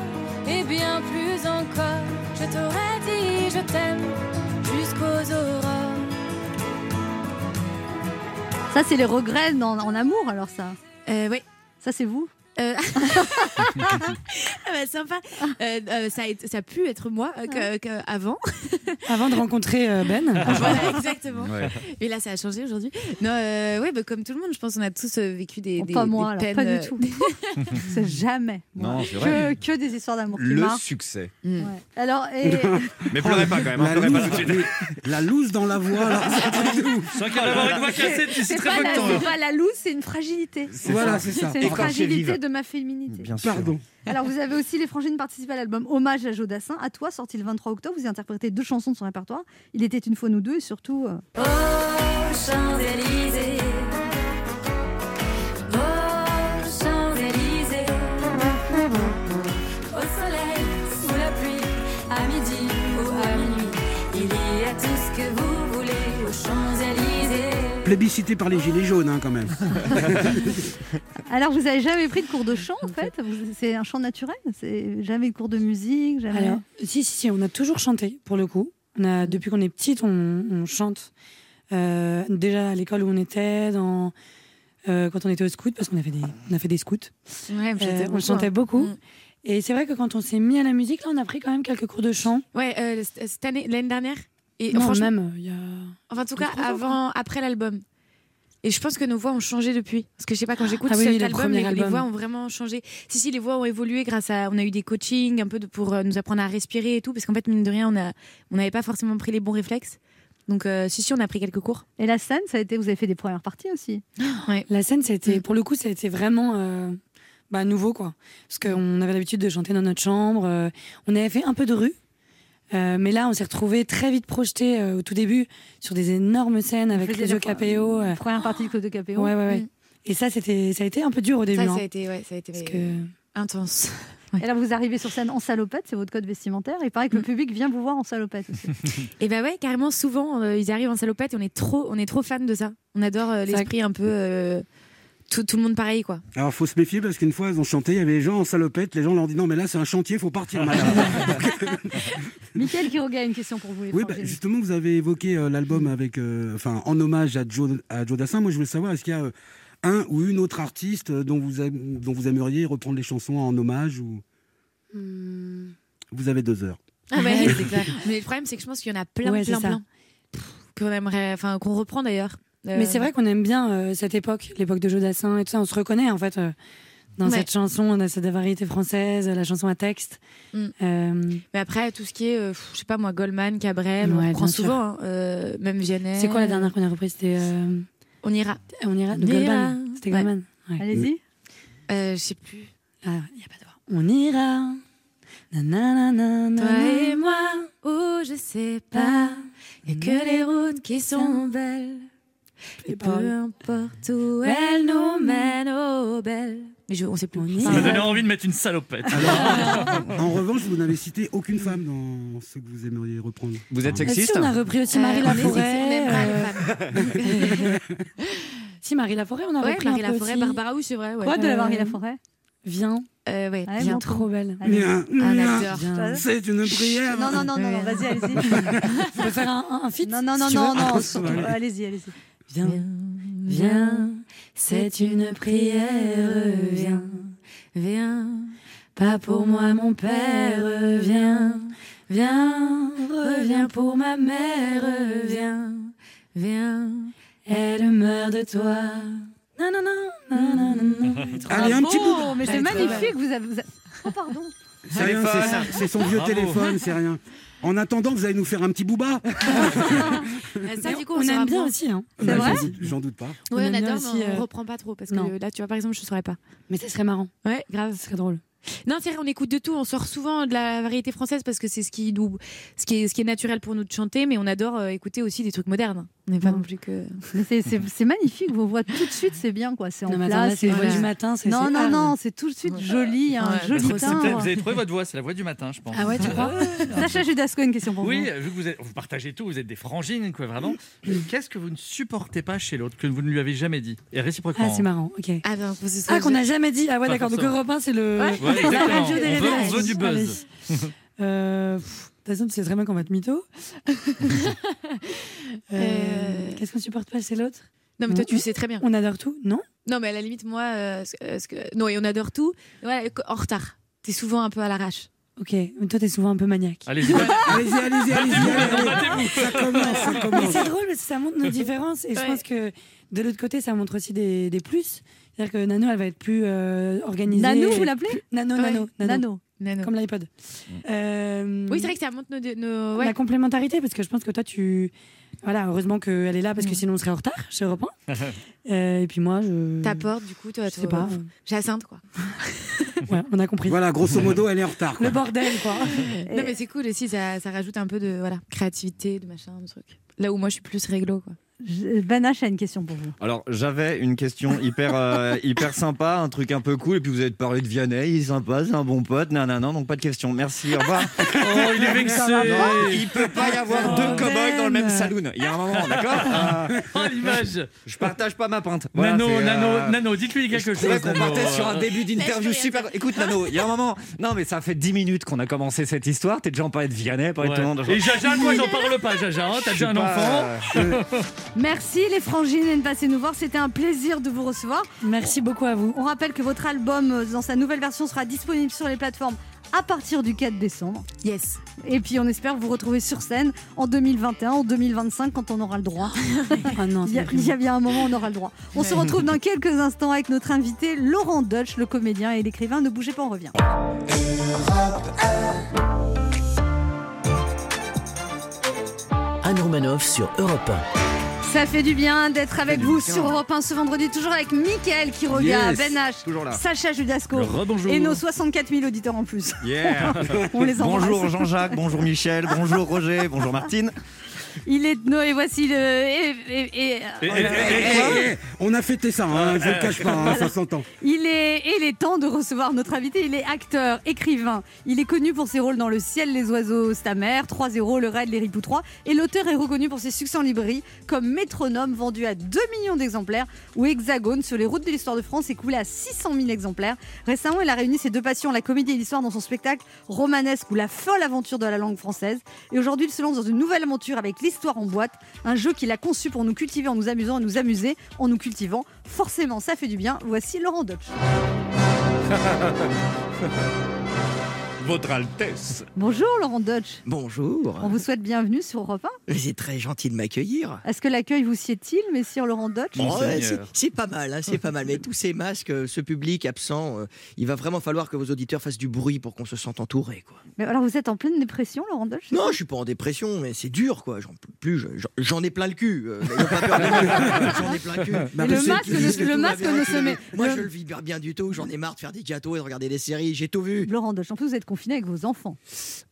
Speaker 11: et bien plus encore. Je t'aurais dit je t'aime jusqu'aux aurores.
Speaker 3: Ça, c'est les regrets en, en amour, alors ça
Speaker 12: Oui.
Speaker 3: Ça, c'est vous
Speaker 12: Ah bah, sympa. Euh, euh, ça, a, été- ça a pu être moi euh, que- que- avant.
Speaker 13: Avant de rencontrer euh, Ben.
Speaker 12: voilà, exactement.
Speaker 13: Ouais.
Speaker 12: Et là, ça a changé aujourd'hui. Non, euh, ouais, bah, comme tout le monde, je pense qu'on a tous euh, vécu des,
Speaker 3: Bon,
Speaker 12: des-
Speaker 3: Pas moi,
Speaker 12: des
Speaker 3: alors,
Speaker 12: peines.
Speaker 3: pas du
Speaker 12: euh,
Speaker 3: tout. c'est jamais. moi.
Speaker 12: Non, c'est
Speaker 3: que,
Speaker 12: vrai.
Speaker 3: que des histoires d'amour qui
Speaker 5: Le
Speaker 3: marquent.
Speaker 5: succès.
Speaker 3: Ouais. Alors, et-
Speaker 5: Mais pleurez pas quand même, hein,
Speaker 6: Ah, La
Speaker 5: pleurez pas
Speaker 6: loose-
Speaker 5: tout de suite.
Speaker 6: La loose dans la voix, là.
Speaker 3: Oh
Speaker 7: Sans qu'il va avoir une voix cassée
Speaker 3: c'est
Speaker 7: d'ici très
Speaker 3: pas,
Speaker 7: peu de
Speaker 3: la-
Speaker 7: temps.
Speaker 3: c'est pas la loose, c'est une fragilité.
Speaker 6: Voilà, c'est ça.
Speaker 3: C'est une
Speaker 6: Écorchée
Speaker 3: fragilité
Speaker 6: vive.
Speaker 3: de ma féminité.
Speaker 5: Bien sûr.
Speaker 6: Pardon.
Speaker 3: Alors, vous avez aussi les frangines participé à l'album Hommage à Jodassin. À toi, sorti le 23 octobre, vous interprétez deux chansons de son répertoire. Il était une fois nous deux et surtout. euh,
Speaker 11: Aux Champs-Élysées. Aux Oh, Champs-Élysées. Au soleil, sous la pluie, à midi ou à minuit. Il y a tout ce que vous voulez aux Champs-Élysées.
Speaker 6: Plébiscité par les gilets jaunes, hein, quand même.
Speaker 3: Alors, vous avez jamais pris de cours de chant en fait Vous- C'est un chant naturel C'est jamais de cours de musique
Speaker 12: Ah
Speaker 3: jamais...
Speaker 13: Alors, si, si, si, on a toujours chanté, pour le coup. On a, depuis qu'on est petite, on, on chante. Euh, déjà à l'école où on était, dans, euh, quand on était au scout, parce qu'on a fait des, on a fait des scouts.
Speaker 12: Ouais, mais
Speaker 13: Euh,
Speaker 12: j'étais
Speaker 13: on
Speaker 12: beaucoup,
Speaker 13: chantait
Speaker 12: hein.
Speaker 13: beaucoup. Et c'est vrai que quand on s'est mis à la musique, là, on a pris quand même quelques cours de chant.
Speaker 12: Ouais, euh, c- cette année, l'année dernière. Et
Speaker 13: Non,
Speaker 12: franchement-
Speaker 13: même, euh, il y a-
Speaker 12: Enfin, en tout
Speaker 13: deux,
Speaker 12: cas,
Speaker 13: trois ans,
Speaker 12: avant, après l'album. Et je pense que nos voix ont changé depuis. Parce que je sais pas, quand j'écoute
Speaker 13: Ah oui, oui,
Speaker 12: cet
Speaker 13: le
Speaker 12: album,
Speaker 13: premier
Speaker 12: les, les
Speaker 13: album.
Speaker 12: voix ont vraiment changé. Si, si, les voix ont évolué grâce à. On a eu des coachings un peu de- pour euh, nous apprendre à respirer et tout. Parce qu'en fait, mine de rien, on a- on n'avait pas forcément pris les bons réflexes. Donc, euh, si, si, on a pris quelques cours.
Speaker 3: Et la scène, ça a été. Vous avez fait des premières parties aussi
Speaker 13: La scène, ça a
Speaker 12: Mm.
Speaker 13: été- pour le coup, ça a été vraiment euh, bah, nouveau, quoi. Parce qu'on avait l'habitude de chanter dans notre chambre. euh, on avait fait un peu de rue. euh, mais là, on s'est retrouvé très vite projeté au tout début sur des énormes scènes avec
Speaker 3: faisiez
Speaker 13: les
Speaker 3: la pre-
Speaker 13: Capéo. euh,
Speaker 3: Première partie de Claude Capéo.
Speaker 13: Ouais, ouais, ouais. Et ça, c'était, ça a été un peu dur au début.
Speaker 12: Mm. ça,
Speaker 13: hein.
Speaker 12: ça a été, ouais, ça a été
Speaker 13: Parce
Speaker 12: euh,
Speaker 13: que-
Speaker 12: intense.
Speaker 3: Et alors, vous arrivez sur scène en salopette, c'est votre code vestimentaire. Il paraît que
Speaker 13: Mm.
Speaker 3: le public vient vous voir en salopette aussi.
Speaker 12: Et bah ouais, carrément, souvent, euh, ils arrivent en salopette et on est trop, on est trop fans de ça. On adore euh, l'esprit un peu. euh, tout, tout le monde pareil, quoi.
Speaker 6: Alors, faut se méfier parce qu'une fois, ils ont chanté, il y avait des gens en salopette. Les gens leur dit non, mais là, c'est un chantier, faut partir. madame.
Speaker 3: Michael Quiroga a une question pour vous, les
Speaker 6: oui, bah,
Speaker 3: frangines.
Speaker 6: justement, vous avez évoqué euh,
Speaker 13: Mmh.
Speaker 6: l'album avec, euh, enfin, en hommage à Joe, à Joe Dassin. Moi, je voulais savoir, est-ce qu'il y a euh, un ou une autre artiste euh, dont vous, aim- dont vous aimeriez reprendre les chansons en hommage ou vous avez deux heures.
Speaker 13: Ah
Speaker 12: Ouais, c'est clair. Mais le problème, c'est que je pense qu'il y en a plein,
Speaker 13: Ouais, c'est
Speaker 12: plein,
Speaker 13: ça.
Speaker 12: plein. Pff, Qu'on aimerait, enfin, qu'on reprend d'ailleurs. Euh,
Speaker 13: Mais c'est vrai qu'on aime bien euh, cette époque, l'époque de Jodassin et tout ça. On se reconnaît en fait euh, dans
Speaker 12: Ouais.
Speaker 13: cette chanson, dans cette variété française, la chanson à texte.
Speaker 12: Mm.
Speaker 13: Euh,
Speaker 12: Mais après, tout ce qui est, euh, pff, je sais pas moi, Goldman, Cabrel,
Speaker 13: Ouais,
Speaker 12: on prend
Speaker 13: bien sûr.
Speaker 12: souvent, hein, euh, même Vianney.
Speaker 13: c'est quoi la dernière qu'on a reprise C'était. euh,
Speaker 12: On ira.
Speaker 13: On ira. de
Speaker 12: On ira.
Speaker 13: Goldman. C'était
Speaker 12: Ouais.
Speaker 13: Goldman. ouais.
Speaker 3: Allez-y.
Speaker 12: Euh, je sais plus.
Speaker 13: Ah, il n'y a pas de voix. On ira. Nanana, nanana.
Speaker 12: Toi et moi, où je sais pas, et que les routes qui sont belles. Et peu importe où elles nous mènent aux belles. Mais je, on sait plus.
Speaker 7: Ça m'a donné envie de mettre une salopette.
Speaker 6: En revanche, vous n'avez cité aucune femme dans ce que vous aimeriez reprendre.
Speaker 2: Vous êtes
Speaker 6: Enfin,
Speaker 13: Bah, Si on a repris aussi
Speaker 12: Euh,
Speaker 13: Marie
Speaker 12: on
Speaker 13: Laforêt.
Speaker 12: est- on aime
Speaker 13: euh, si Marie Laforêt, on a
Speaker 12: Ouais,
Speaker 13: repris
Speaker 12: Marie
Speaker 13: un peu
Speaker 12: Laforêt,
Speaker 13: aussi.
Speaker 12: Barbara, oui, c'est vrai. Ouais.
Speaker 3: Quoi de la Marie
Speaker 13: Euh,
Speaker 3: Laforêt
Speaker 13: Viens.
Speaker 12: Euh, ouais,
Speaker 3: Ouais,
Speaker 12: bien
Speaker 3: bon,
Speaker 12: trop.
Speaker 13: Trop belle.
Speaker 3: Allez.
Speaker 6: Bien,
Speaker 12: Un
Speaker 6: bien.
Speaker 12: acteur.
Speaker 13: Viens.
Speaker 6: C'est une prière.
Speaker 3: Non, non, non, non, non, vas-y, allez-y.
Speaker 13: On peut faire un, un, un feat
Speaker 3: Non, non, non,
Speaker 13: si tu veux.
Speaker 3: non,
Speaker 6: Ah,
Speaker 3: non, surtout, allez-y, allez-y.
Speaker 13: Viens.
Speaker 12: Viens, c'est une prière, viens, viens, pas pour moi mon père, viens, viens, reviens pour ma mère, viens, viens, elle meurt de toi.
Speaker 13: Non, non, non, non, non, non, non.
Speaker 6: Allez, un petit bout.
Speaker 3: Oh, mais c'est
Speaker 12: Elle est trop
Speaker 3: magnifique, vous avez. vous avez- Oh, pardon.
Speaker 6: C'est rien, c'est ça, c'est son vieux
Speaker 7: Bravo.
Speaker 6: téléphone, c'est rien. En attendant, vous allez nous faire un petit booba.
Speaker 12: Ça, du coup,
Speaker 13: on
Speaker 12: saura
Speaker 13: aime bien
Speaker 12: moins.
Speaker 13: aussi. Hein.
Speaker 3: C'est vrai
Speaker 6: Bah, J'en doute- J'en doute pas.
Speaker 13: On
Speaker 12: Ouais,
Speaker 13: aime
Speaker 12: on
Speaker 13: bien
Speaker 12: adore,
Speaker 13: aussi,
Speaker 12: mais on
Speaker 13: euh,
Speaker 12: reprend pas trop parce que
Speaker 13: non.
Speaker 12: euh, là, tu vois, par exemple, je saurais pas.
Speaker 13: Mais ça serait marrant.
Speaker 12: Ouais, grave.
Speaker 13: Ce serait drôle.
Speaker 12: Non, c'est vrai, on écoute de tout. On sort souvent de la variété française parce que c'est ce qui nous, ce qui est, ce qui est naturel pour nous de chanter, mais on adore euh, écouter aussi des trucs
Speaker 13: bah,
Speaker 12: modernes. On n'est pas
Speaker 3: Non.
Speaker 12: non plus que.
Speaker 3: Mais c'est- c'est c'est magnifique, vous voit tout de suite, c'est bien quoi. C'est en
Speaker 13: Non, mais attends, là,
Speaker 3: place.
Speaker 13: c'est
Speaker 3: c'est-
Speaker 13: les voix
Speaker 12: ouais.
Speaker 13: du matin. c'est- ah,
Speaker 3: Non,
Speaker 13: c'est
Speaker 3: non,
Speaker 13: hard.
Speaker 3: non, c'est tout de suite joli, hein. Ah, un
Speaker 12: Ouais,
Speaker 3: joli
Speaker 12: trop
Speaker 7: C'est peut-être-
Speaker 3: timbre.
Speaker 7: Vous avez trouvé votre voix, c'est la voix du matin, je pense.
Speaker 13: Ah ouais, tu crois
Speaker 3: Sacha Judasco, une
Speaker 13: Ah,
Speaker 3: question pour
Speaker 7: Oui,
Speaker 3: vous.
Speaker 7: vu que vous, êtes- vous partagez tout, vous êtes des frangines, quoi, vraiment. Qu'est-ce que vous ne supportez pas chez l'autre, que vous ne lui avez jamais dit Et réciproquement. hein.
Speaker 13: Ah, c'est marrant, ok.
Speaker 12: Ah non, faut que ce soit-
Speaker 13: Ah, qu'on n'a jamais dit. Ah ouais,
Speaker 7: Pas
Speaker 13: d'accord. Donc
Speaker 7: forcément.
Speaker 13: Europe 1, c'est le...
Speaker 7: Ouais, exactement.
Speaker 13: la radio des
Speaker 7: On veut- on
Speaker 13: révélations.
Speaker 7: veut du buzz.
Speaker 13: Allez. Euh, pff, De toute façon, tu sais très bien qu'on va te mytho. Euh, Qu'est-ce qu'on supporte pas chez l'autre
Speaker 12: Non, mais toi, tu sais très bien.
Speaker 13: On adore tout, non
Speaker 12: Non, mais à la limite, moi, euh, ce- euh, ce que- non, et on adore tout. Voilà, en retard. T'es souvent un peu à l'arrache.
Speaker 13: Ok, mais toi, t'es souvent un peu maniaque.
Speaker 7: Allez-y,
Speaker 6: Allez-y, allez-y, allez-y. allez, allez. Ça commence, ça
Speaker 13: Mais
Speaker 6: commence.
Speaker 13: c'est drôle parce que ça montre nos différences et je
Speaker 12: Ouais.
Speaker 13: pense que de l'autre côté ça montre aussi des, des plus. C'est-à-dire que Nano elle va être plus euh, organisée.
Speaker 3: Nanou, vous l'appelez
Speaker 13: Nano,
Speaker 12: Ouais,
Speaker 13: Nano, Nano,
Speaker 3: Nano.
Speaker 12: Nano.
Speaker 13: Comme l'iPod. Euh,
Speaker 12: Oui, c'est vrai que ça montre nos. deux- nos- ouais.
Speaker 13: La complémentarité parce que je pense que toi tu Voilà, heureusement qu'elle est là parce que sinon on serait en retard chez Europe 1. Euh, et puis moi, je.
Speaker 12: T'apportes du coup, toi,
Speaker 13: Je sais pas.
Speaker 12: Jacinthe, quoi.
Speaker 13: Ouais, on a compris.
Speaker 6: Voilà, grosso modo, elle est en retard. quoi.
Speaker 13: Le bordel, quoi.
Speaker 12: non, mais c'est cool aussi, ça, ça rajoute un peu de voilà, créativité, de machin, de truc. Là où moi, je suis plus réglo, quoi.
Speaker 3: Ben H a une question pour vous.
Speaker 5: Alors j'avais une question hyper euh, hyper sympa, un truc un peu cool, et puis vous avez parlé de Vianney, il est sympa, c'est un bon pote, nanana, donc pas de question. Merci, au revoir.
Speaker 7: Oh, il est vexé.
Speaker 5: Ah, Non, il peut pas y avoir
Speaker 7: Oh,
Speaker 5: deux cow-boys dans le même
Speaker 7: Ben.
Speaker 5: saloon. Il y a un moment, d'accord Euh,
Speaker 7: Oh l'image
Speaker 5: Je partage pas ma peinte.
Speaker 7: Nano,
Speaker 5: c'est, euh,
Speaker 7: Nano, Nano, dites-lui quelque
Speaker 5: Je
Speaker 7: chose.
Speaker 5: trouvais qu'on
Speaker 7: Nano.
Speaker 5: partait sur un début d'interview super. Écoute, Nano, il y a un moment. Non, mais ça fait 10 minutes qu'on a commencé cette histoire. T'es déjà en parler de Vianney, parler de tout le monde.
Speaker 7: Et Jaja, toi, j'en parle pas, Jaja. hein, T'as
Speaker 5: Je suis
Speaker 7: déjà un
Speaker 5: pas,
Speaker 7: enfant.
Speaker 5: euh,
Speaker 3: Merci les frangines de passer nous voir, c'était un plaisir de vous recevoir.
Speaker 13: Merci beaucoup à vous.
Speaker 3: On rappelle que votre album euh, dans sa nouvelle version sera disponible sur les plateformes à partir du 4 décembre.
Speaker 12: Yes.
Speaker 3: Et puis on espère vous retrouver sur scène en 2021, en 2025 quand on aura le droit.
Speaker 13: Ah non,
Speaker 3: Il y, a, il y a bien un moment, on aura le droit. On se retrouve dans quelques instants avec notre invité Laurent Deutsch, le comédien et l'écrivain. Ne bougez pas, on revient.
Speaker 2: Anne Romanoff sur Europe
Speaker 3: Ça fait du bien d'être avec vous sur Europe 1 ce vendredi, toujours avec Mickaël qui revient,
Speaker 2: Yes,
Speaker 3: Ben H,
Speaker 2: toujours là.
Speaker 3: Sacha Judasco
Speaker 5: Le rebonjour.
Speaker 3: et nos 64 000 auditeurs en plus.
Speaker 5: Yeah.
Speaker 3: On les embrasse.
Speaker 5: Bonjour Jean-Jacques, bonjour Michel, bonjour Roger, bonjour Martine.
Speaker 3: Il est de Noël et voici le. et- et- euh, et-
Speaker 6: Eh, eh, eh, On a fêté ça, hein, je ne le cache pas, hein, ça s'entend.
Speaker 3: Il est, et il est temps de recevoir notre invité. Il est acteur, écrivain. Il est connu pour ses rôles dans Le ciel, les oiseaux, Stammer, 3-0, Le raid, Les Ripoux 3. Et l'auteur est reconnu pour ses succès en librairie comme Métronome, vendu à 2 millions d'exemplaires, ou Hexagone, sur les routes de l'histoire de France, écoulé à 600 000 exemplaires. Récemment, il a réuni ses deux passions, la comédie et l'histoire, dans son spectacle romanesque ou la folle aventure de la langue française. Et aujourd'hui, il se lance dans une nouvelle aventure avec l'histoire en boîte, un jeu qu'il a conçu pour nous cultiver en nous amusant et nous amuser en nous cultivant. Forcément, ça fait du bien. Voici Laurent Deutsch.
Speaker 8: Votre Altesse.
Speaker 3: Bonjour Laurent Deutsch.
Speaker 8: Bonjour.
Speaker 3: On vous souhaite bienvenue sur Europe
Speaker 8: C'est très gentil de m'accueillir.
Speaker 3: 1. Est-ce que l'accueil vous sied-il, messire Laurent Deutsch
Speaker 8: Bon, ouais, c'est- c'est pas mal, hein, c'est pas mal. Mais tous ces masques, euh, ce public absent, euh, il va vraiment falloir que vos auditeurs fassent du bruit pour qu'on se sente entouré. Quoi.
Speaker 3: Mais alors vous êtes en pleine dépression Laurent Deutsch
Speaker 8: Non, je suis pas en dépression, mais c'est dur, quoi. J'en peux plus, je- j'en- j'en ai plein le cul. euh, n'ayez pas peur de moi, j'en ai plein le cul.
Speaker 3: Mais
Speaker 8: Bah,
Speaker 3: le
Speaker 8: ceux
Speaker 3: masque
Speaker 8: qui
Speaker 3: ne-
Speaker 8: disent que
Speaker 3: le
Speaker 8: tout va
Speaker 3: masque
Speaker 8: bien,
Speaker 3: ne
Speaker 8: que-
Speaker 3: se met-
Speaker 8: Moi,
Speaker 3: le-
Speaker 8: je le vis bien du tout. J'en ai marre de faire des gâteaux et de regarder des séries. J'ai tout vu.
Speaker 3: Laurent Deutsch, en plus vous êtes confiné avec vos enfants.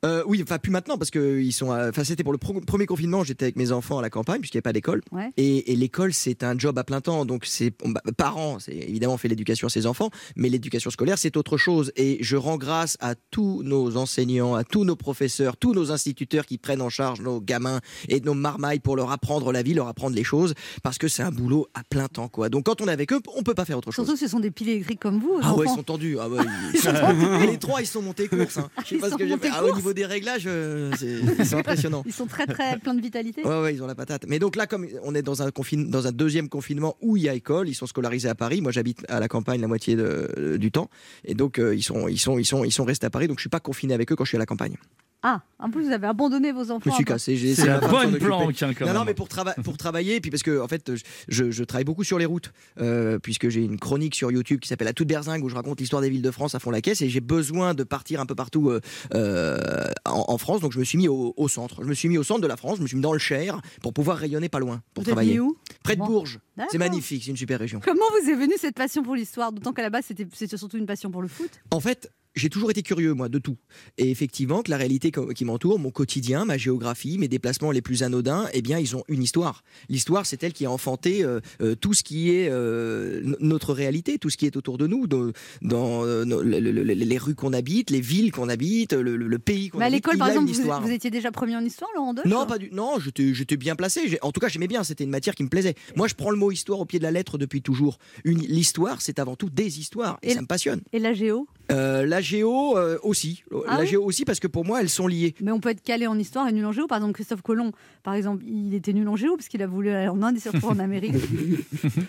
Speaker 8: Euh, oui, enfin plus maintenant parce que ils sont. à- Enfin c'était pour le pro- premier confinement, j'étais avec mes enfants à la campagne puisqu'il n'y avait pas d'école.
Speaker 3: Ouais.
Speaker 8: Et, et l'école c'est un job à plein temps, donc c'est on- bah, parents, c'est évidemment on fait l'éducation à ses enfants, mais l'éducation scolaire c'est autre chose. Et je rends grâce à tous nos enseignants, à tous nos professeurs, tous nos instituteurs qui prennent en charge nos gamins et nos marmailles pour leur apprendre la vie, leur apprendre les choses, parce que c'est un boulot à plein temps quoi. Donc quand on est avec eux, on peut pas faire autre chose.
Speaker 3: Surtout que ce sont des piles électriques comme vous. vos
Speaker 8: Ah ouais, ils
Speaker 3: enfants.
Speaker 8: sont tendus. Ah ouais, ils-
Speaker 3: Ils sont tendus.
Speaker 8: les trois, ils sont montés course. hein. Je sais
Speaker 3: Ils
Speaker 8: pas ce
Speaker 3: sont
Speaker 8: que j'ai
Speaker 3: montés
Speaker 8: fait. Ah ouais, au
Speaker 3: course.
Speaker 8: niveau des réglages, euh, c'est ils sont impressionnants.
Speaker 3: Ils sont très très pleins de vitalité.
Speaker 8: Ouais, ouais, ils ont la patate. Mais donc là, comme on est dans un, confine- dans un deuxième confinement où il y a école, ils sont scolarisés à Paris. Moi, j'habite à la campagne la moitié de- euh, du temps. Et donc, euh, ils, sont, ils, sont, ils, sont, ils sont restés à Paris. Donc, je suis pas confiné avec eux quand je suis à la campagne.
Speaker 3: Ah, en plus vous avez abandonné vos enfants.
Speaker 8: Je me suis cassé. j'ai-
Speaker 7: C'est la
Speaker 8: ma femme
Speaker 7: bonne
Speaker 8: s'en occupait.
Speaker 7: planque, hein, quand
Speaker 8: non, non,
Speaker 7: même.
Speaker 8: mais pour, trava- pour travailler, et puis parce que en fait, je- je, je travaille beaucoup sur les routes, euh, puisque j'ai une chronique sur YouTube qui s'appelle La toute berzingue où je raconte l'histoire des villes de France à fond la caisse, et j'ai besoin de partir un peu partout euh, euh, en, en France. Donc je me suis mis au, au centre. Je me suis mis au centre de la France. Je me suis mis dans le Cher pour pouvoir rayonner pas loin pour
Speaker 3: Vous êtes
Speaker 8: travailler.
Speaker 3: mis où
Speaker 8: Près de
Speaker 3: Bon.
Speaker 8: Bourges.
Speaker 3: D'accord.
Speaker 8: C'est magnifique. C'est une super région.
Speaker 3: Comment vous est venue cette passion pour l'histoire D'autant qu'à la base c'était c'était surtout une passion pour le foot.
Speaker 8: En fait, j'ai toujours été curieux, moi, de tout. Et effectivement, que la réalité co- qui m'entoure, mon quotidien, ma géographie, mes déplacements les plus anodins, eh bien, ils ont une histoire. L'histoire, c'est elle qui a enfanté euh, euh, tout ce qui est euh, no- notre réalité, tout ce qui est autour de nous, de- dans euh, no- le- le- le- les rues qu'on habite, les villes qu'on habite, le, le- le pays qu'on
Speaker 3: Mais à
Speaker 8: habite.
Speaker 3: Bah, l'école par
Speaker 8: il a une
Speaker 3: exemple vous,
Speaker 8: histoire.
Speaker 3: vous étiez déjà premier en histoire Laurent Deutsch
Speaker 8: Non, pas du. Non, j'étais, j'étais bien placé. J'ai- En tout cas, j'aimais bien. C'était une matière qui me plaisait. Moi, je prends le mot histoire au pied de la lettre depuis toujours. Une, l'histoire, c'est avant tout des histoires, et, ça me passionne.
Speaker 3: Et la géo
Speaker 8: Euh, la géo euh, aussi.
Speaker 3: Ah
Speaker 8: la
Speaker 3: oui
Speaker 8: géo aussi parce que pour moi elles sont liées.
Speaker 3: Mais on peut être calé en histoire et nul en géo. Par exemple, Christophe Colomb, par exemple, il était nul en géo parce qu'il a voulu aller en Inde et se retrouve en Amérique.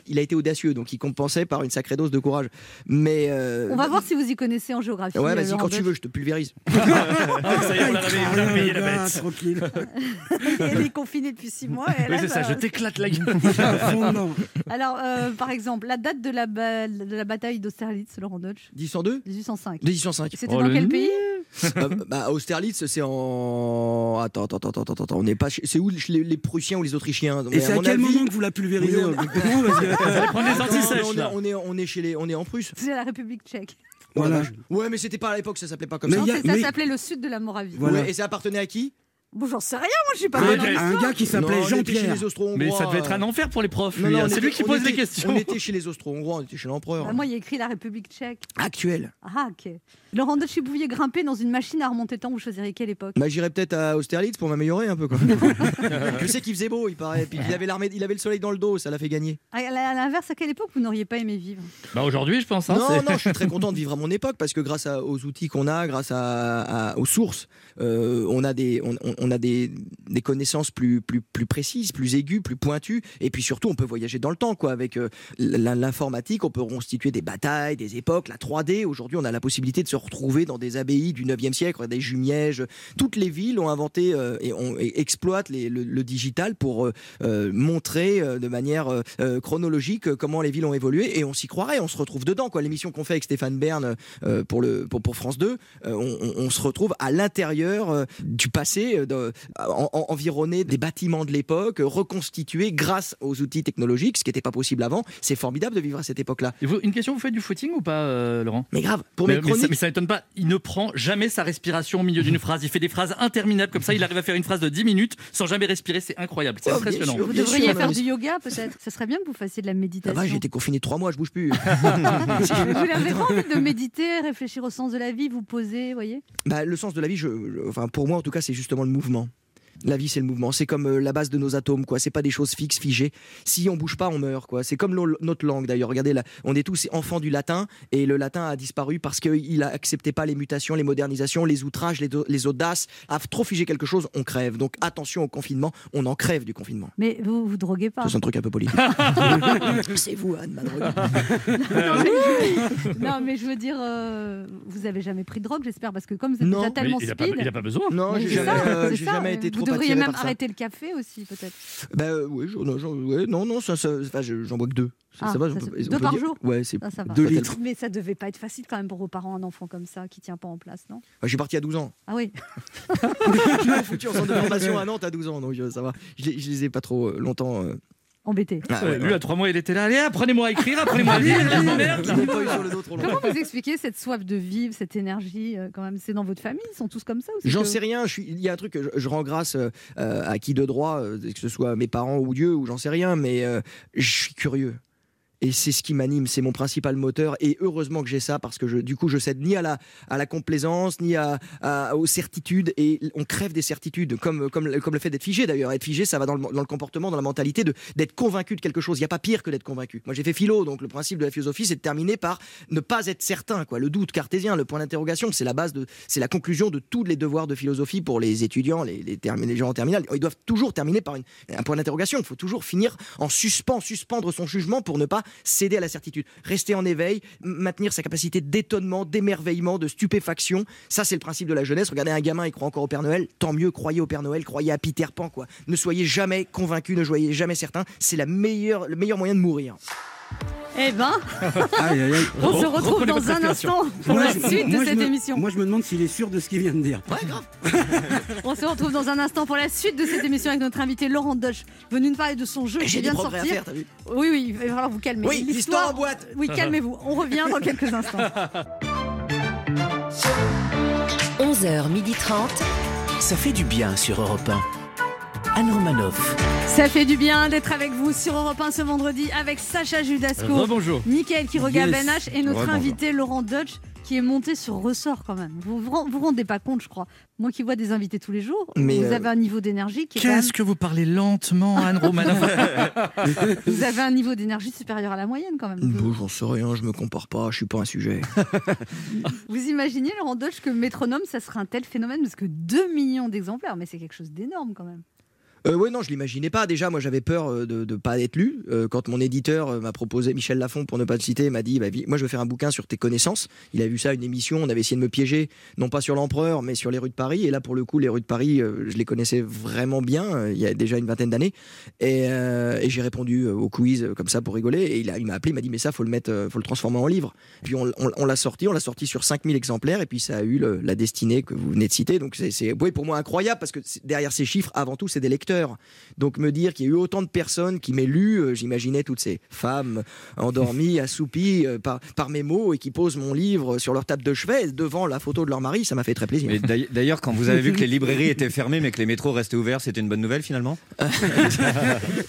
Speaker 8: Il a été audacieux donc il compensait par une sacrée dose de courage. Mais euh,
Speaker 3: On va voir si vous y connaissez en géographie.
Speaker 8: Ouais,
Speaker 3: euh,
Speaker 8: vas-y
Speaker 3: Laurent
Speaker 8: quand tu
Speaker 3: Deutsch.
Speaker 8: veux, je te pulvérise.
Speaker 7: ça y est, Ah, on l'a réveillé, on l'a réveillé, la bête.
Speaker 6: Ah, Tranquille.
Speaker 3: Elle est confinée depuis six mois. et elle
Speaker 7: Oui,
Speaker 3: a-
Speaker 7: c'est ça, je t'éclate la gueule.
Speaker 3: Alors, euh, par exemple, la date de la, ba- de la bataille d'Austerlitz, Laurent Deutsch
Speaker 8: 1002
Speaker 3: 1805.
Speaker 8: 1805.
Speaker 3: C'était dans quel pays
Speaker 8: Euh, bah, Austerlitz, c'est en. Attends, attends, attends, attends, attends. On n'est pas. chez- C'est où les, les Prussiens ou les Autrichiens
Speaker 6: Et
Speaker 8: Mais
Speaker 6: c'est à
Speaker 8: mon
Speaker 6: quel
Speaker 8: avis-
Speaker 6: moment que vous la pulvérisez
Speaker 8: Oui, on-
Speaker 6: complètement, parce que-
Speaker 8: Attends,
Speaker 6: Vous allez prendre des
Speaker 8: hein. attends,
Speaker 6: antisèches,
Speaker 8: on est-
Speaker 6: là.
Speaker 8: On est, on est chez les, on est en Prusse.
Speaker 3: C'est la République tchèque.
Speaker 8: Voilà. Ouais, mais c'était pas à l'époque, ça s'appelait pas comme
Speaker 3: Non,
Speaker 8: ça.
Speaker 3: c'est- ça s'appelait le sud de la Moravie.
Speaker 8: Ouais, et ça appartenait à qui
Speaker 3: Bon, j'en sais rien, moi, je suis pas
Speaker 7: Ah,
Speaker 8: Un
Speaker 3: mal
Speaker 8: gars-
Speaker 3: dans l'histoire.
Speaker 8: un gars qui s'appelait Non, on était Jean-Pierre. chez les Austro-Hongrois,
Speaker 7: Mais ça devait être un
Speaker 8: euh.
Speaker 7: enfer pour les profs.
Speaker 8: Non,
Speaker 7: lui,
Speaker 8: non,
Speaker 7: hein.
Speaker 8: on
Speaker 7: C'est
Speaker 8: était-
Speaker 7: lui qui
Speaker 8: on
Speaker 7: pose les
Speaker 8: était-
Speaker 7: questions.
Speaker 8: On était chez les Austro-Hongrois, on était chez l'empereur.
Speaker 3: Ah, moi, il y a écrit la République tchèque.
Speaker 8: Actuel.
Speaker 3: Ah, ok. Laurent Deutsch, si vous pouviez grimper dans une machine à remonter le temps, vous choisiriez quelle époque
Speaker 8: Bah, j'irais peut-être à Austerlitz pour m'améliorer un peu. Quoi. Je sais qu'il faisait beau, il paraît. Puis il avait, l'armée- il avait le soleil dans le dos, ça l'a fait gagner.
Speaker 3: Ah, À à l'inverse, à quelle époque vous n'auriez pas aimé vivre
Speaker 7: Bah aujourd'hui, je pense. hein,
Speaker 8: non,
Speaker 7: c'est-
Speaker 8: non, je suis très content de vivre à mon époque parce que grâce à- aux outils qu'on a, grâce à, à- aux sources, euh, on a des, on, on- on a des, des connaissances plus, plus, plus précises, plus aiguës, plus pointues. Et puis surtout, on peut voyager dans le temps, quoi. Avec euh, l- l- l'informatique, on peut reconstituer des batailles, des époques, la 3D. Aujourd'hui, on a la possibilité de se retrouver dans des abbayes du 9e siècle, des jumièges. Toutes les villes ont inventé euh, et, on, et exploitent les- le, le digital pour euh, euh, montrer euh, de manière euh, euh, chronologique euh, comment les villes ont évolué. Et on s'y croirait, on se retrouve dedans, quoi. L'émission qu'on fait avec Stéphane Bern euh, pour, le, pour, pour France 2, euh, on, on- on se retrouve à l'intérieur euh, du passé, euh, de- en- en- environné des bâtiments de l'époque, euh, reconstitué grâce aux outils technologiques, ce qui n'était pas possible avant. C'est formidable de vivre à cette époque-là.
Speaker 7: Et vous- Une question, vous faites du footing ou pas, euh, Laurent
Speaker 8: Mais grave, pour
Speaker 7: mais,
Speaker 8: mes
Speaker 7: mais ça,
Speaker 8: chroniques-
Speaker 7: mais ça m'étonne pas, il ne prend jamais sa respiration au milieu d'une phrase. Il fait des phrases interminables comme ça, il arrive à faire une phrase de 10 minutes sans jamais respirer, c'est incroyable, c'est
Speaker 8: Oh, bien
Speaker 7: impressionnant.
Speaker 8: sûr,
Speaker 3: Vous
Speaker 8: bien
Speaker 3: devriez
Speaker 8: sûr,
Speaker 3: faire
Speaker 8: mais-
Speaker 3: du yoga, peut-être Ça serait bien que vous fassiez de la
Speaker 8: Ça
Speaker 3: méditation.
Speaker 8: va, Ah bah, j'ai été confiné trois mois, je bouge plus.
Speaker 3: vous n'avez pas envie de méditer, réfléchir au sens de la vie, vous poser, voyez
Speaker 8: Bah, le sens de la vie, je, je- enfin, pour moi en tout cas, c'est justement le mouvement. La vie, c'est le mouvement. C'est comme euh, la base de nos atomes, quoi. C'est pas des choses fixes, figées. Si on bouge pas, on meurt, quoi. C'est comme l'o- notre langue, d'ailleurs. Regardez, là, on est tous enfants du latin, et le latin a disparu parce qu'il acceptait pas les mutations, les modernisations, les outrages, les, do- les audaces. À trop figer quelque chose, on crève. Donc attention au confinement, on en crève du confinement.
Speaker 3: Mais vous vous droguez pas.
Speaker 8: Ça, C'est un truc un peu politique. c'est vous, Anne Madrog.
Speaker 3: non, mais je... non, mais je veux dire, euh, vous avez jamais pris de drogue, j'espère, parce que comme vous êtes déjà tellement
Speaker 7: Mais il a pas-
Speaker 3: speed.
Speaker 7: il a pas besoin.
Speaker 8: Non,
Speaker 3: Mais
Speaker 8: j'ai
Speaker 3: c'est
Speaker 8: jamais,
Speaker 3: ça,
Speaker 8: euh,
Speaker 3: c'est
Speaker 8: j'ai
Speaker 3: ça.
Speaker 8: jamais été
Speaker 3: Vous
Speaker 8: trop
Speaker 3: devriez
Speaker 8: attiré
Speaker 3: même
Speaker 8: par ça.
Speaker 3: arrêter le café aussi, peut-être.
Speaker 8: Bah euh, oui, j'en- j'en- j'en- ouais, non, non, ça, ça, enfin, je- j'en bois que deux. Ça,
Speaker 3: Ah,
Speaker 8: ça va,
Speaker 3: ça
Speaker 8: on
Speaker 3: se-
Speaker 8: peut- on
Speaker 3: deux
Speaker 8: peut
Speaker 3: par
Speaker 8: dire-
Speaker 3: jour
Speaker 8: Ouais, c'est
Speaker 3: Ah, ça va.
Speaker 8: deux litres.
Speaker 3: Mais ça devait pas être facile quand même pour vos parents, un enfant comme ça qui tient pas en place, non
Speaker 8: Ouais, Je suis parti à 12 ans.
Speaker 3: Ah oui.
Speaker 8: Je suis foutu en centre de formation à Nantes à 12 ans, donc euh, ça va. Je, les- je les ai pas trop euh, longtemps. euh.
Speaker 3: Embêté.
Speaker 8: Ah,
Speaker 7: Euh,
Speaker 8: ouais,
Speaker 7: lui,
Speaker 8: ouais.
Speaker 7: à trois mois, il était là. Allez, apprenez-moi à écrire, apprenez-moi à lire. je m'emmerde.
Speaker 3: Comment vous expliquez cette soif de vivre, cette énergie euh, quand même C'est dans votre famille Ils sont tous comme ça ou c'est
Speaker 8: J'en
Speaker 3: que-
Speaker 8: sais rien. je suis- Il y a un truc que je, je rends grâce euh, euh, à qui de droit, euh, que ce soit mes parents ou Dieu ou j'en sais rien, mais euh, je suis curieux. Et c'est ce qui m'anime, c'est mon principal moteur. Et heureusement que j'ai ça parce que je, du coup, je cède ni à la, à la complaisance, ni à, à- aux certitudes. Et on crève des certitudes, comme, comme, comme le fait d'être figé d'ailleurs. Être figé, ça va dans le, dans le comportement, dans la mentalité, de- d'être convaincu de quelque chose. Il n'y a pas pire que d'être convaincu. Moi, j'ai fait philo, donc le principe de la philosophie, c'est de terminer par ne pas être certain. Quoi. Le doute cartésien, le point d'interrogation, c'est la base de, c'est la conclusion de tous les devoirs de philosophie pour les étudiants, les, les, termi- les gens en terminale. Ils doivent toujours terminer par une- un point d'interrogation. Il faut toujours finir en suspens, suspendre son jugement pour ne pas céder à la certitude. Rester en éveil, m- maintenir sa capacité d'étonnement, d'émerveillement, de stupéfaction. Ça, c'est le principe de la jeunesse. Regardez un gamin, il croit encore au Père Noël. Tant mieux, croyez au Père Noël, croyez à Peter Pan. Quoi. Ne soyez jamais convaincu, ne soyez jamais certain. C'est la meilleure, le meilleur moyen de mourir.
Speaker 3: Eh ben,
Speaker 6: Aïe, aïe, aïe.
Speaker 3: on se retrouve dans un instant pour
Speaker 6: Moi,
Speaker 3: la
Speaker 6: je-
Speaker 3: suite
Speaker 6: moi,
Speaker 3: de
Speaker 6: je
Speaker 3: cette
Speaker 6: me-
Speaker 3: émission.
Speaker 6: Moi, je me demande s'il est sûr de ce qu'il vient de dire.
Speaker 3: On se retrouve dans un instant pour la suite de cette émission avec notre invité Laurent Deutsch, venu nous parler de son jeu
Speaker 8: Et
Speaker 3: qui
Speaker 8: j'ai des
Speaker 3: vient de
Speaker 8: progrès à
Speaker 3: sortir.
Speaker 8: faire, t'as vu
Speaker 3: oui, oui, il va falloir vous calmer.
Speaker 8: Oui, l'histoire en boîte.
Speaker 3: Oui, calmez-vous. On revient dans quelques instants.
Speaker 1: 11h30.
Speaker 2: Ça fait du bien sur Europe 1. Anne Romanoff.
Speaker 3: Ça fait du bien d'être avec vous sur Europe 1 ce vendredi avec Sacha Judasco,
Speaker 7: Rebonjour.
Speaker 3: Mickaël Quiroga
Speaker 7: Yes.
Speaker 3: Ben Benach et notre
Speaker 7: Rebonjour.
Speaker 3: invité Laurent Deutsch qui est monté sur ressort quand même. Vous vous ren- vous rendez pas compte, je crois. Moi qui vois des invités tous les jours,
Speaker 7: Mais,
Speaker 3: vous
Speaker 7: euh,
Speaker 3: avez un niveau d'énergie qui est quand même-
Speaker 7: Qu'est-ce que vous parlez lentement, Anne Romanoff
Speaker 3: Vous avez un niveau d'énergie supérieur à la moyenne quand même.
Speaker 8: Bon, j'en sais rien, je me compare pas, je suis pas un sujet.
Speaker 3: Vous imaginez, Laurent Deutsch, que Métronome, ça serait un tel phénomène Parce que 2 millions d'exemplaires, mais c'est quelque chose d'énorme quand même.
Speaker 8: Euh, oui, non, je l'imaginais pas. Déjà, moi, j'avais peur euh, de ne pas être lu. Euh, quand mon éditeur euh, m'a proposé, Michel Lafon, pour ne pas le citer, m'a dit bah, vi- Moi, je veux faire un bouquin sur tes connaissances. Il a vu ça, à une émission, on avait essayé de me piéger, non pas sur l'empereur, mais sur les rues de Paris. Et là, pour le coup, les rues de Paris, euh, je les connaissais vraiment bien, euh, il y a déjà une vingtaine d'années. Et, euh, et j'ai répondu euh, au quiz euh, comme ça pour rigoler. Et il, a- il m'a appelé, il m'a dit Mais ça, faut le mettre, euh, faut le transformer en livre. Puis on, on- on l'a sorti, on l'a sorti sur 5000 exemplaires. Et puis ça a eu le- la destinée que vous venez de citer. Donc c'est c'est- ouais, pour moi incroyable parce que c'est- derrière ces chiffres, avant tout, c'est des lecteurs. Donc me dire qu'il y a eu autant de personnes qui m'aient lu, euh, j'imaginais toutes ces femmes endormies, assoupies euh, par, par mes mots et qui posent mon livre sur leur table de chevet devant la photo de leur mari, ça m'a fait très plaisir.
Speaker 14: Mais d'ailleurs- D'ailleurs, quand vous avez vu que les librairies étaient fermées mais que les métros restaient ouverts, c'était une bonne nouvelle finalement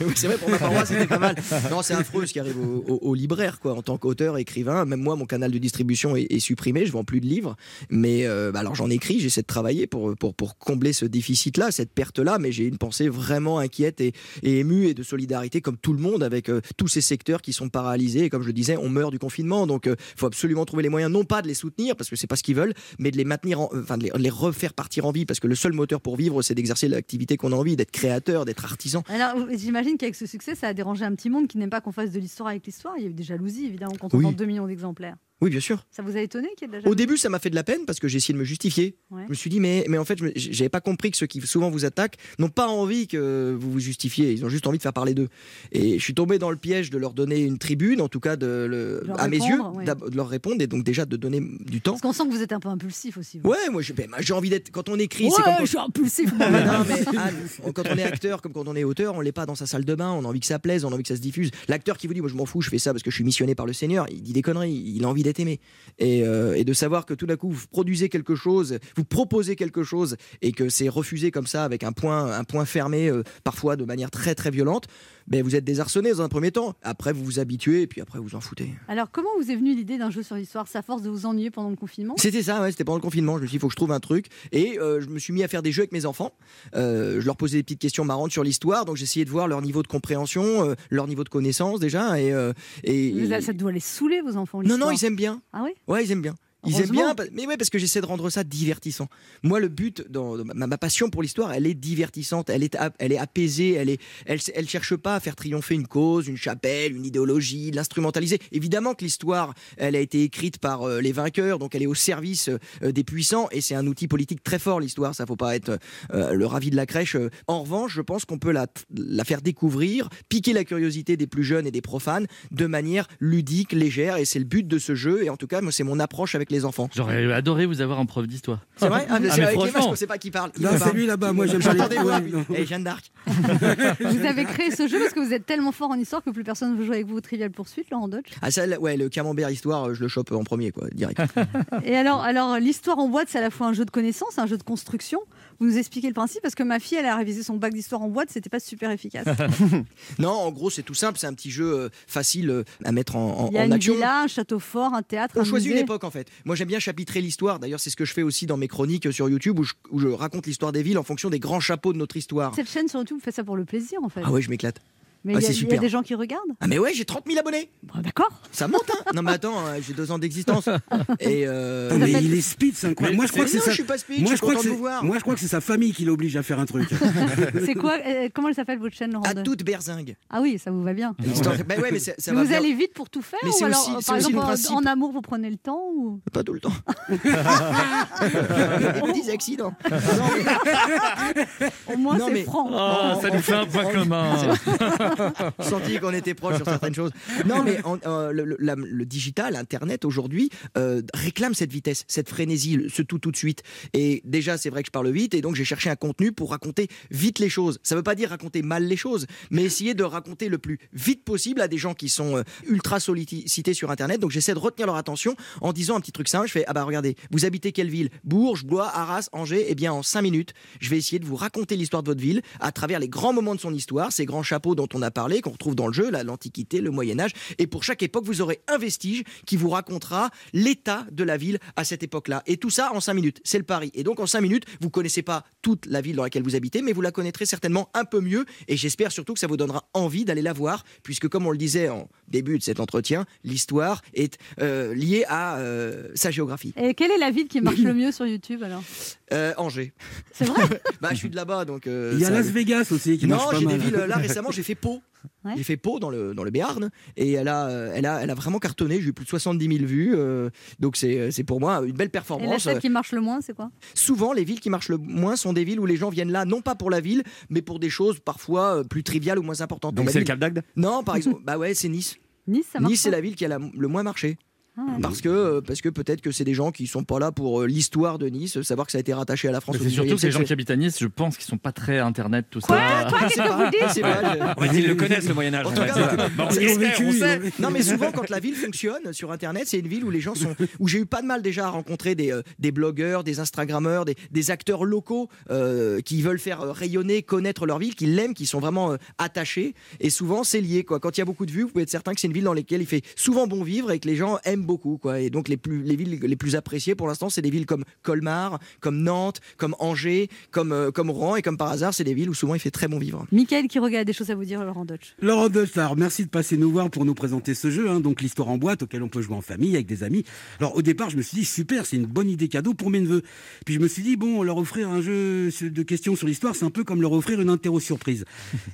Speaker 8: Oui, c'est vrai, pour ma paroisse, c'était pas mal. Non, c'est affreux ce qui arrive aux au, au libraires, quoi. En tant qu'auteur, écrivain, même moi, mon canal de distribution est, est supprimé, je vends plus de livres. Mais euh, bah, alors, j'en écris, j'essaie de travailler pour, pour, pour combler ce déficit-là, cette perte-là, mais j'ai une pensée vraiment inquiète et, et émue et de solidarité, comme tout le monde, avec euh, tous ces secteurs qui sont paralysés. Et comme je le disais, on meurt du confinement, donc il faut absolument trouver les moyens, non pas de les soutenir, parce que c'est pas ce qu'ils veulent, mais de les maintenir, en- enfin, de les, de les refaire partir en vie, parce que le seul moteur pour vivre, c'est d'exercer l'activité qu'on a envie, d'être créateur, d'être artisan.
Speaker 3: Alors, vous- j'imagine qu'avec ce succès, ça a dérangé un petit monde qui n'aime pas qu'on fasse de l'histoire avec l'histoire. Il y a eu des jalousies, évidemment, quand on
Speaker 8: Oui.
Speaker 3: vend 2 millions d'exemplaires.
Speaker 8: Oui, bien sûr.
Speaker 3: Ça vous a étonné qu'il y ait de la
Speaker 8: Au
Speaker 3: jalousie
Speaker 8: début, ça m'a fait de la peine parce que j'ai essayé de me justifier.
Speaker 3: Ouais.
Speaker 8: Je me suis dit, mais, mais en fait, je me- j'avais pas compris que ceux qui souvent vous attaquent n'ont pas envie que vous vous justifiez. Ils ont juste envie de faire parler d'eux. Et je suis tombé dans le piège de leur donner une tribune, en tout cas de le-
Speaker 3: De leur
Speaker 8: à mes yeux,
Speaker 3: répondre, ouais.
Speaker 8: d'ab- de leur répondre et donc déjà de donner du temps.
Speaker 3: Parce qu'on sent que vous êtes un peu impulsif aussi. vous.
Speaker 8: Ouais, moi je- ben, moi, j'ai envie d'être. Quand on écrit,
Speaker 3: Ouais,
Speaker 8: c'est comme. quand-
Speaker 3: je suis impulsif. moi.
Speaker 8: Mais non, mais, Anne, quand on est acteur comme quand on est auteur, on l'est pas dans sa salle de bain, on a envie que ça plaise, on a envie que ça se diffuse. L'acteur qui vous dit, moi je m'en fous, je fais ça parce que je suis missionné par le Seigneur, il dit des conneries, il a envie d'être aimé. Et, euh, et de savoir que tout d'un coup vous produisez quelque chose, vous proposez quelque chose et que c'est refusé comme ça avec un point, un point fermé, euh, parfois de manière très très violente, ben vous êtes désarçonné dans un premier temps. Après vous vous habituez et puis après vous en foutez.
Speaker 3: Alors, comment vous est venue l'idée d'un jeu sur l'histoire Ça force de vous ennuyer pendant le confinement
Speaker 8: C'était ça, ouais, c'était pendant le confinement. Je me suis dit, il faut que je trouve un truc. Et euh, je me suis mis à faire des jeux avec mes enfants. Euh, je leur posais des petites questions marrantes sur l'histoire. Donc j'essayais de voir leur niveau de compréhension, euh, leur niveau de connaissance déjà. Et, euh, et,
Speaker 3: Vous-
Speaker 8: et-
Speaker 3: Ça doit les saouler, vos enfants.
Speaker 8: Non, non,
Speaker 3: l'histoire.
Speaker 8: ils aiment bien.
Speaker 3: Ah oui
Speaker 8: Ouais, ils aiment bien. Ils aiment bien,
Speaker 3: Heureusement.
Speaker 8: pa- Ah, bah, mais ouais, parce que j'essaie de rendre ça divertissant. Moi, le but, dans, dans ma, ma passion pour l'histoire, elle est divertissante, elle est, a- elle est apaisée, elle est, elle, s- elle cherche pas à faire triompher une cause, une chapelle, une idéologie, l'instrumentaliser. Évidemment que l'histoire, elle a été écrite par euh, les vainqueurs, donc elle est au service euh, des puissants, et c'est un outil politique très fort l'histoire. Ça faut pas être euh, le ravi de la crèche. Euh, En revanche, je pense qu'on peut la, la faire découvrir, piquer la curiosité des plus jeunes et des profanes de manière ludique, légère, et c'est le but de ce jeu. Et en tout cas, moi, c'est mon approche avec les enfants.
Speaker 7: J'aurais adoré vous avoir en preuve d'histoire.
Speaker 8: C'est vrai Ah, mais c'est avec les vaches,
Speaker 7: franchement.
Speaker 8: je sais pas qui parle.
Speaker 7: Non, c'est
Speaker 8: parle.
Speaker 7: lui là-bas, moi, j'aime pas les-
Speaker 8: J'entendais voix.
Speaker 7: Ouais, non.
Speaker 8: Eh, Jeanne d'Arc.
Speaker 3: Vous avez créé ce jeu parce que vous êtes tellement fort en histoire que plus personne ne veut jouer avec vous au Trivial Poursuite, Laurent Dodge.
Speaker 8: Ah, ça, ouais, le camembert histoire, euh, je le chope en premier, quoi, direct.
Speaker 3: Et alors, alors l'histoire en boîte, c'est à la fois un jeu de connaissances, un jeu de construction. Vous nous expliquez le principe parce que ma fille, elle a révisé son bac d'histoire en boîte, c'était pas super efficace.
Speaker 8: non, en gros, c'est tout simple, c'est un petit jeu euh, facile euh, à mettre en, en-
Speaker 3: Il y a
Speaker 8: en
Speaker 3: une
Speaker 8: action.
Speaker 3: villa, un château fort, un théâtre.
Speaker 8: On
Speaker 3: un
Speaker 8: choisit une
Speaker 3: musée.
Speaker 8: époque en fait. Moi j'aime bien chapitrer l'histoire. D'ailleurs, c'est ce que je fais aussi dans mes chroniques euh, sur YouTube où je, où je raconte l'histoire des villes en fonction des grands chapeaux de notre histoire.
Speaker 3: Cette chaîne sur YouTube fait ça pour le plaisir en fait.
Speaker 8: Ah ouais, je m'éclate.
Speaker 3: Mais
Speaker 8: Ah,
Speaker 3: il y a-
Speaker 8: c'est
Speaker 3: il y, a
Speaker 8: super.
Speaker 3: des gens qui regardent.
Speaker 8: Ah mais ouais, j'ai 30 000 abonnés.
Speaker 3: D'accord.
Speaker 8: Ça monte hein. Non mais attends, euh, j'ai deux ans d'existence. Et euh,
Speaker 6: Putain, Ah, mais il est speed, c'est incroyable.
Speaker 8: Mais-
Speaker 6: Moi, je crois
Speaker 8: mais
Speaker 6: que c'est
Speaker 8: non,
Speaker 6: sa...
Speaker 8: je suis pas speed,
Speaker 6: moi,
Speaker 8: je suis
Speaker 6: crois que
Speaker 8: content de
Speaker 6: c'est-
Speaker 8: vous voir.
Speaker 6: Moi, je crois que c'est sa famille qui l'oblige à faire un truc.
Speaker 3: C'est quoi euh, Comment elle s'appelle votre chaîne, Laurent
Speaker 8: À
Speaker 3: Dodge
Speaker 8: toute berzingue.
Speaker 3: Ah oui, ça vous va bien.
Speaker 8: L'histoire- bah ouais, mais ça- ça
Speaker 3: Mais
Speaker 8: va
Speaker 3: vous
Speaker 8: bien.
Speaker 3: allez vite pour tout faire
Speaker 8: Mais
Speaker 3: ou
Speaker 8: c'est
Speaker 3: alors
Speaker 8: aussi-
Speaker 3: euh,
Speaker 8: c'est
Speaker 3: par
Speaker 8: aussi
Speaker 3: exemple
Speaker 8: le
Speaker 3: en,
Speaker 8: principe.
Speaker 3: en amour vous prenez le temps ou
Speaker 8: Pas tout le temps. Des petits accidents. Non,
Speaker 3: Au moins
Speaker 8: Non,
Speaker 3: c'est
Speaker 8: mais-
Speaker 3: franc.
Speaker 7: Ah, ça nous fait un point commun.
Speaker 8: J'ai senti qu'on était proche sur certaines choses. Non, mais en- euh, le, le- la- le digital, Internet aujourd'hui euh, réclame cette vitesse, cette frénésie, le- ce tout tout de suite. Et déjà, c'est vrai que je parle vite, et donc j'ai cherché un contenu pour raconter vite les choses. Ça ne veut pas dire raconter mal les choses, mais essayer de raconter le plus vite possible à des gens qui sont euh, ultra sollicités sur Internet. Donc j'essaie de retenir leur attention en disant un petit truc simple. Je fais ah bah regardez, vous habitez quelle ville Bourges, Blois, Arras, Angers. Eh bien, en 5 minutes, je vais essayer de vous raconter l'histoire de votre ville à travers les grands moments de son histoire, ces grands chapeaux dont on a on a parlé, qu'on retrouve dans le jeu, là, l'Antiquité, le Moyen-Âge. Et pour chaque époque, vous aurez un vestige qui vous racontera l'état de la ville à cette époque-là. Et tout ça en 5 minutes. C'est le pari. Et donc, en 5 minutes, vous connaissez pas toute la ville dans laquelle vous habitez, mais vous la connaîtrez certainement un peu mieux. Et j'espère surtout que ça vous donnera envie d'aller la voir, puisque, comme on le disait en début de cet entretien, l'histoire est euh, liée à euh, sa géographie.
Speaker 3: Et quelle est la ville qui marche le mieux sur YouTube alors
Speaker 8: Euh, Angers.
Speaker 3: C'est vrai
Speaker 8: Bah, je suis de là-bas, donc.
Speaker 6: Il y a Las Vegas aussi qui
Speaker 8: non,
Speaker 6: marche pas
Speaker 8: j'ai
Speaker 6: mal.
Speaker 8: des villes. Là récemment, j'ai fait Pau.
Speaker 3: Ouais.
Speaker 8: J'ai fait Pau dans le dans le Béarn et elle a euh, elle a elle a vraiment cartonné. J'ai eu plus de 70 000 vues, euh, donc c'est c'est pour moi une
Speaker 3: Et
Speaker 8: belle
Speaker 3: la
Speaker 8: performance.
Speaker 3: celle qui marche le moins, c'est quoi
Speaker 8: Souvent, les villes qui marchent le moins sont des villes où les gens viennent là, non pas pour la ville, mais pour des choses parfois euh, plus triviales ou moins importantes.
Speaker 5: Donc
Speaker 8: La
Speaker 5: c'est le
Speaker 8: ville-
Speaker 5: Cap d'Agde
Speaker 8: Non, par exemple, bah ouais, c'est Nice.
Speaker 3: Nice, ça marche
Speaker 8: Nice, c'est
Speaker 3: pas
Speaker 8: la ville qui a la- le moins marché.
Speaker 3: Ah ouais.
Speaker 8: Parce que, euh, parce que peut-être que c'est des gens qui sont pas là pour euh, l'histoire de Nice, savoir que ça a été rattaché à la France.
Speaker 7: Mais
Speaker 8: au
Speaker 7: C'est surtout
Speaker 8: 19e
Speaker 7: que les gens
Speaker 8: siècle.
Speaker 7: qui habitent à Nice, je pense qu'ils sont pas très internet, tout ça.
Speaker 8: quoi, qu'est-ce que vous dites C'est pas, je-
Speaker 7: En fait, ils le connaissent le Moyen Âge.
Speaker 8: En tout cas, voilà. Non, mais souvent, quand la ville fonctionne sur Internet, c'est une ville où les gens sont. où j'ai eu pas de mal déjà à rencontrer des, euh, des blogueurs, des Instagrammeurs, des, des acteurs locaux euh, qui veulent faire euh, rayonner, connaître leur ville, qui l'aiment, qui sont vraiment euh, attachés. Et souvent, c'est lié. Quoi. Quand il y a beaucoup de vues, vous pouvez être certain que c'est une ville dans laquelle il fait souvent bon vivre et que les gens aiment beaucoup. Quoi. Et donc, les, plus, les villes les plus appréciées pour l'instant, c'est des villes comme Colmar, comme Nantes, comme Angers, comme, euh, comme Rouen. Et comme par hasard, c'est des villes où souvent il fait très bon vivre.
Speaker 3: Michael qui regarde des choses à vous dire, Laurent Dodge.
Speaker 6: Laurent Deutschard, merci de passer nous voir pour nous présenter ce jeu, hein, donc l'histoire en boîte auquel on peut jouer en famille avec des amis. Alors au départ, je me suis dit super, c'est une bonne idée cadeau pour mes neveux. Puis je me suis dit bon, leur offrir un jeu de questions sur l'histoire, c'est un peu comme leur offrir une interro surprise.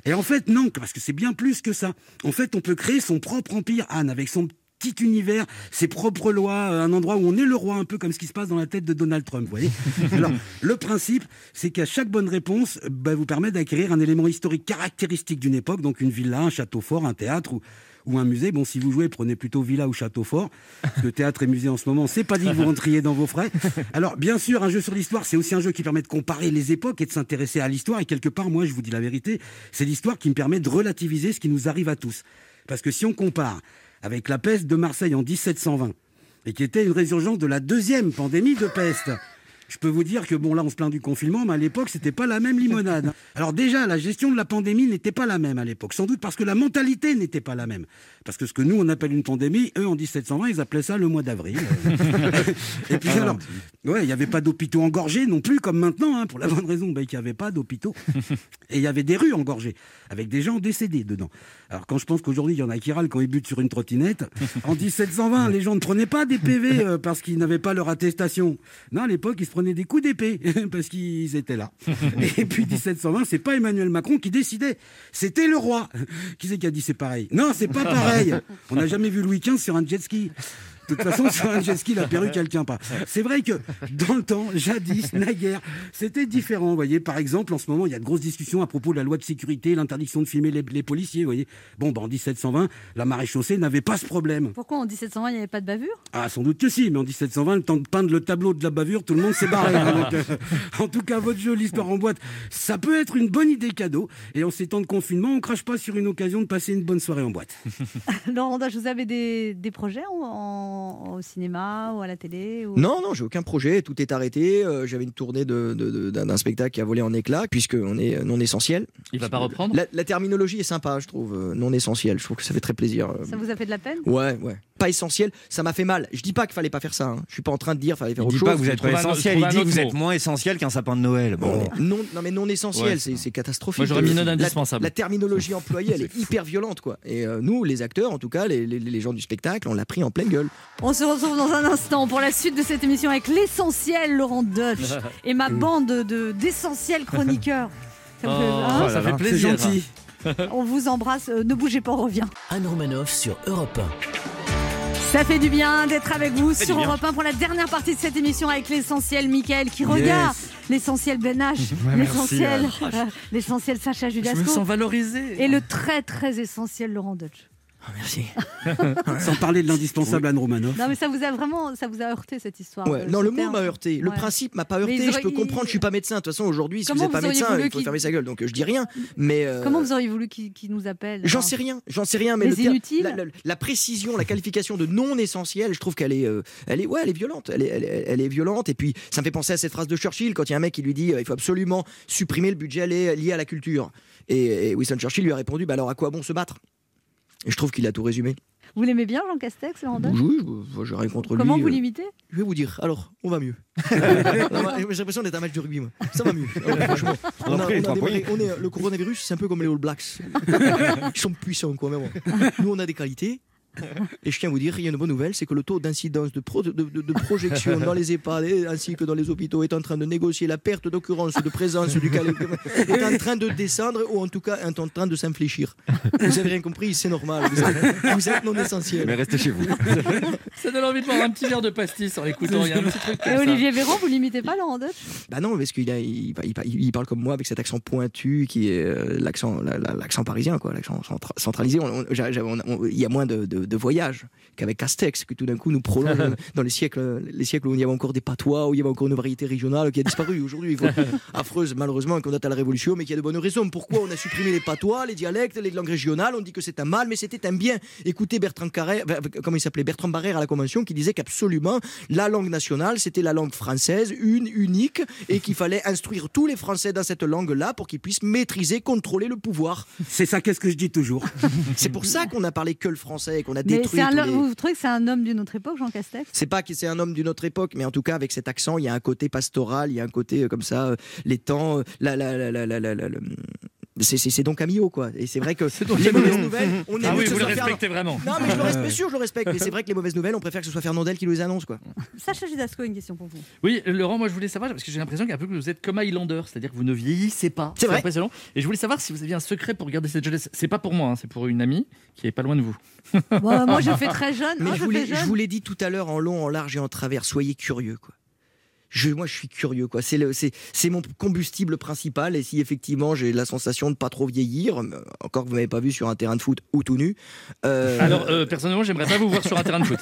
Speaker 6: Et en fait non, parce que c'est bien plus que ça. En fait, on peut créer son propre empire Anne avec son petit univers, ses propres lois, euh, un endroit où on est le roi, un peu comme ce qui se passe dans la tête de Donald Trump, vous voyez. Alors, le principe, c'est qu'à chaque bonne réponse, euh, bah, vous permet d'acquérir un élément historique caractéristique d'une époque, donc une villa, un château fort, un théâtre ou, ou un musée. Bon, si vous jouez, prenez plutôt villa ou château fort. parce que théâtre et musée en ce moment, c'est pas dit que vous rentriez dans vos frais. Alors, bien sûr, un jeu sur l'histoire, c'est aussi un jeu qui permet de comparer les époques et de s'intéresser à l'histoire. Et quelque part, moi, je vous dis la vérité, c'est l'histoire qui me permet de relativiser ce qui nous arrive à tous. Parce que si on compare avec la peste de Marseille en 1720, et qui était une résurgence de la deuxième pandémie de peste. Je peux vous dire que bon là on se plaint du confinement, mais à l'époque c'était pas la même limonade. Alors déjà la gestion de la pandémie n'était pas la même à l'époque, sans doute parce que la mentalité n'était pas la même. Parce que ce que nous on appelle une pandémie, eux en 1720 ils appelaient ça le mois d'avril. Et puis alors, ouais, il n'y avait pas d'hôpitaux engorgés non plus, comme maintenant, hein, pour la bonne raison bah, qu'il n'y avait pas d'hôpitaux. Et il y avait des rues engorgées, avec des gens décédés dedans. Alors quand je pense qu'aujourd'hui, il y en a qui râlent quand ils butent sur une trottinette, en 1720, les gens ne prenaient pas des PV euh, parce qu'ils n'avaient pas leur attestation. Non, à l'époque, ils se prenaient des coups d'épée parce qu'ils étaient là. Et puis 1720, c'est pas Emmanuel Macron qui décidait, c'était le roi. Qui c'est qui a dit c'est pareil Non, c'est pas pareil. On n'a jamais vu Louis XV sur un jet ski. De toute façon, sur un jet ski, la perruque, elle tient pas. C'est vrai que dans le temps, jadis, naguère, c'était différent. Vous voyez, par exemple, en ce moment, il y a de grosses discussions à propos de la loi de sécurité, l'interdiction de filmer les, les policiers. Vous voyez, bon, bah, en 1720, la maréchaussée n'avait pas ce problème.
Speaker 3: Pourquoi en 1720 il n'y avait pas de bavure
Speaker 6: Ah, sans doute que si, mais en 1720, le temps de peindre le tableau de la bavure, tout le monde s'est barré. hein, donc, euh, en tout cas, votre jeu, l'histoire en boîte, ça peut être une bonne idée cadeau. Et en ces temps de confinement, on crache pas sur une occasion de passer une bonne soirée en boîte.
Speaker 3: Laurent Dodge, vous avez des, des projets en- en- au cinéma ou à la télé ou...
Speaker 8: Non, non, j'ai aucun projet, tout est arrêté. Euh, J'avais une tournée de- de- de- d'un d'un spectacle qui a volé en éclats, puisqu'on est euh, non essentiel. Euh,
Speaker 7: Il va pas reprendre
Speaker 8: La, la terminologie est sympa, je trouve, euh, non essentiel. Je trouve que ça fait très plaisir. euh.
Speaker 3: Ça vous a fait de la peine
Speaker 8: Ouais, ouais. Pas essentiel, ça m'a fait mal. Je dis pas qu'il fallait pas faire ça. hein. Je suis pas en train de dire qu'il fallait faire
Speaker 14: Il
Speaker 8: autre
Speaker 14: dit
Speaker 8: chose.
Speaker 14: pas que vous êtes pas essentiel, il dit que vous êtes moins essentiel qu'un sapin de Noël. Bon.
Speaker 8: Non, non, mais non essentiel,
Speaker 14: Ouais.
Speaker 8: c'est c'est catastrophique.
Speaker 14: Moi, j'aurais mis
Speaker 8: Euh,
Speaker 14: non
Speaker 8: la-
Speaker 14: indispensable.
Speaker 8: La, terminologie employée, elle est hyper violente, quoi. Et euh, nous, les acteurs, en tout cas, les, les- les gens du spectacle, on l'a pris en pleine gueule.
Speaker 3: On se retrouve dans un instant pour la suite de cette émission avec l'essentiel Laurent Dodge et ma bande de- d'essentiels chroniqueurs.
Speaker 7: Oh,
Speaker 3: Ça vous fait- hein
Speaker 8: Oh,
Speaker 2: ça fait plaisir.
Speaker 3: C'est gentil. On vous embrasse, euh, ne bougez pas, on revient.
Speaker 2: Anne Romanoff sur Europe
Speaker 3: Ça fait du bien d'être avec vous
Speaker 2: Ça fait
Speaker 3: sur
Speaker 2: du bien.
Speaker 3: Europe 1 pour la dernière partie de cette émission avec l'essentiel Mickaël qui
Speaker 7: Yes.
Speaker 3: regarde, l'essentiel Ben H,
Speaker 7: Ouais, merci,
Speaker 3: l'essentiel
Speaker 7: Anne.
Speaker 3: euh, l'essentiel Sacha Judasco
Speaker 7: me sens valorisé.
Speaker 3: et le très très essentiel Laurent Dodge.
Speaker 8: Merci.
Speaker 6: Sans parler de l'indispensable Anne Romanoff.
Speaker 3: Non, mais ça vous a vraiment ça vous a heurté cette histoire.
Speaker 8: Ouais,
Speaker 3: euh,
Speaker 8: Non,
Speaker 3: ce
Speaker 8: le mot
Speaker 3: terme.
Speaker 8: m'a heurté. Le
Speaker 3: Ouais.
Speaker 8: principe m'a pas
Speaker 3: Mais
Speaker 8: heurté.
Speaker 3: ils
Speaker 8: Je peux
Speaker 3: auraient-
Speaker 8: comprendre, je suis pas médecin. De toute façon, aujourd'hui, si vous
Speaker 3: Comment
Speaker 8: n'êtes pas
Speaker 3: vous auriez
Speaker 8: médecin,
Speaker 3: voulu
Speaker 8: il faut
Speaker 3: qu'il-
Speaker 8: fermer sa gueule. Donc, je dis rien. Mais euh,
Speaker 3: Comment vous auriez voulu qu'il qu'il nous appelle
Speaker 8: J'en
Speaker 3: hein
Speaker 8: sais rien, j'en sais rien, mais
Speaker 3: Les
Speaker 8: le terme-
Speaker 3: inutiles
Speaker 8: la, la- la précision, la qualification de non essentiel, je trouve qu'elle est, euh, elle est, ouais, elle est violente, elle est, elle est- elle est violente. Et puis, ça me fait penser à cette phrase de Churchill quand il y a un mec qui lui dit, euh, il faut absolument supprimer le budget lié lié à la culture. Et, et Winston Churchill lui a répondu, bah alors à quoi bon se battre Et je trouve qu'il a tout résumé.
Speaker 3: Vous l'aimez bien Jean Castex, Laurent Dutch
Speaker 8: Oui, je- j'ai rien contre lui.
Speaker 3: Comment vous
Speaker 8: euh.
Speaker 3: l'imitez
Speaker 8: Je vais vous dire, alors, on va mieux. Non, moi, J'ai l'impression d'être à un match de rugby, moi. Ça va mieux. Non, mais Ah franchement,
Speaker 14: On a
Speaker 8: on a-
Speaker 14: pris les
Speaker 8: on a
Speaker 14: trois
Speaker 8: démarré-
Speaker 14: points.
Speaker 8: on est- le coronavirus, c'est un peu comme les All Blacks. Ils sont puissants, quoi, mais bon. Nous, on a des qualités. Et je tiens à vous dire, il y a une bonne nouvelle, c'est que le taux d'incidence de, pro- de- de- de projection dans les EHPAD et ainsi que dans les hôpitaux est en train de négocier la perte d'occurrence de présence du cas est en train de descendre ou en tout cas est en train de s'infléchir. Vous avez rien compris, c'est normal. Vous êtes, vous êtes non essentiel.
Speaker 14: Mais restez chez vous.
Speaker 7: Ça donne envie de boire un petit verre de pastis en écoutant. Il y a un petit truc comme
Speaker 3: Et
Speaker 7: ça.
Speaker 3: Olivier Véran, vous l'imitez pas Laurent Dutch
Speaker 8: Bah non, parce qu'il a- il, il- il- il parle comme moi avec cet accent pointu qui est euh, l'accent la- la- l'accent parisien, quoi, l'accent centra- centralisé. On- on- j'a- j'a- on- on- Il y a moins de, de- de voyages qu'avec Castex, que tout d'un coup nous prolonge dans les siècles, les siècles où il y avait encore des patois, où il y avait encore une variété régionale qui a disparu aujourd'hui. il faut- Affreuse, malheureusement, qu'on date à la Révolution, mais qui a de bonnes raisons. Pourquoi on a supprimé les patois, les dialectes, les langues régionales On dit que c'est un mal, mais c'était un bien. Écoutez Bertrand Carrère, ben, comment il s'appelait Bertrand Barrère à la Convention, qui disait qu'absolument la langue nationale, c'était la langue française, une, unique, et qu'il fallait instruire tous les Français dans cette langue-là pour qu'ils puissent maîtriser, contrôler le pouvoir.
Speaker 6: C'est ça, qu'est-ce que je dis toujours
Speaker 8: C'est pour ça qu'on a parlé que le français, et qu'on a
Speaker 3: Mais
Speaker 8: détruit.
Speaker 3: c'est un
Speaker 8: tous
Speaker 3: lo-
Speaker 8: les-
Speaker 3: vous trouvez que c'est un homme d'une autre époque Jean Castex
Speaker 8: c'est pas que c'est un homme d'une autre époque, mais en tout cas avec cet accent, il y a un côté pastoral, il y a un côté euh, comme ça, euh, les temps, euh, la la la la la la. la- le- c'est- C'est c'est Don Camillo, quoi. Et c'est vrai que les
Speaker 7: Camillo.
Speaker 8: mauvaises nouvelles, on est
Speaker 7: Ah
Speaker 8: mieux
Speaker 7: oui,
Speaker 8: que ce
Speaker 7: vous le
Speaker 8: soit
Speaker 7: respectez
Speaker 8: Fernand-
Speaker 7: vraiment.
Speaker 8: Non, mais je le
Speaker 7: Ah
Speaker 8: respecte,
Speaker 7: ouais.
Speaker 8: sûr, je le respecte. Mais c'est vrai que les mauvaises nouvelles, on préfère que ce soit Fernandel qui nous les annonce, quoi.
Speaker 3: Sacha Judasco, une question pour vous.
Speaker 7: Oui, Laurent, moi je voulais savoir, parce que j'ai l'impression qu'un peu que vous êtes comme Highlander, c'est-à-dire que vous ne vieillissez pas.
Speaker 8: C'est vrai.
Speaker 7: impressionnant. Et je voulais savoir si vous aviez un secret pour garder cette jeunesse. C'est pas pour moi, hein, c'est pour une amie qui est pas loin de vous.
Speaker 3: Bah, moi, je fais très jeune.
Speaker 8: Mais
Speaker 3: hein,
Speaker 8: je
Speaker 3: je
Speaker 8: vous l'ai-
Speaker 3: fais jeune.
Speaker 8: je vous l'ai dit tout à l'heure en long, en large et en travers. Soyez curieux, quoi. Je, moi, je suis curieux, quoi. C'est le- c'est, c'est mon combustible principal. Et si effectivement j'ai la sensation de pas trop vieillir, euh, encore que vous m'avez pas vu sur un terrain de foot ou tout nu. euh,
Speaker 7: Alors, euh, personnellement, j'aimerais pas vous voir sur un terrain de foot.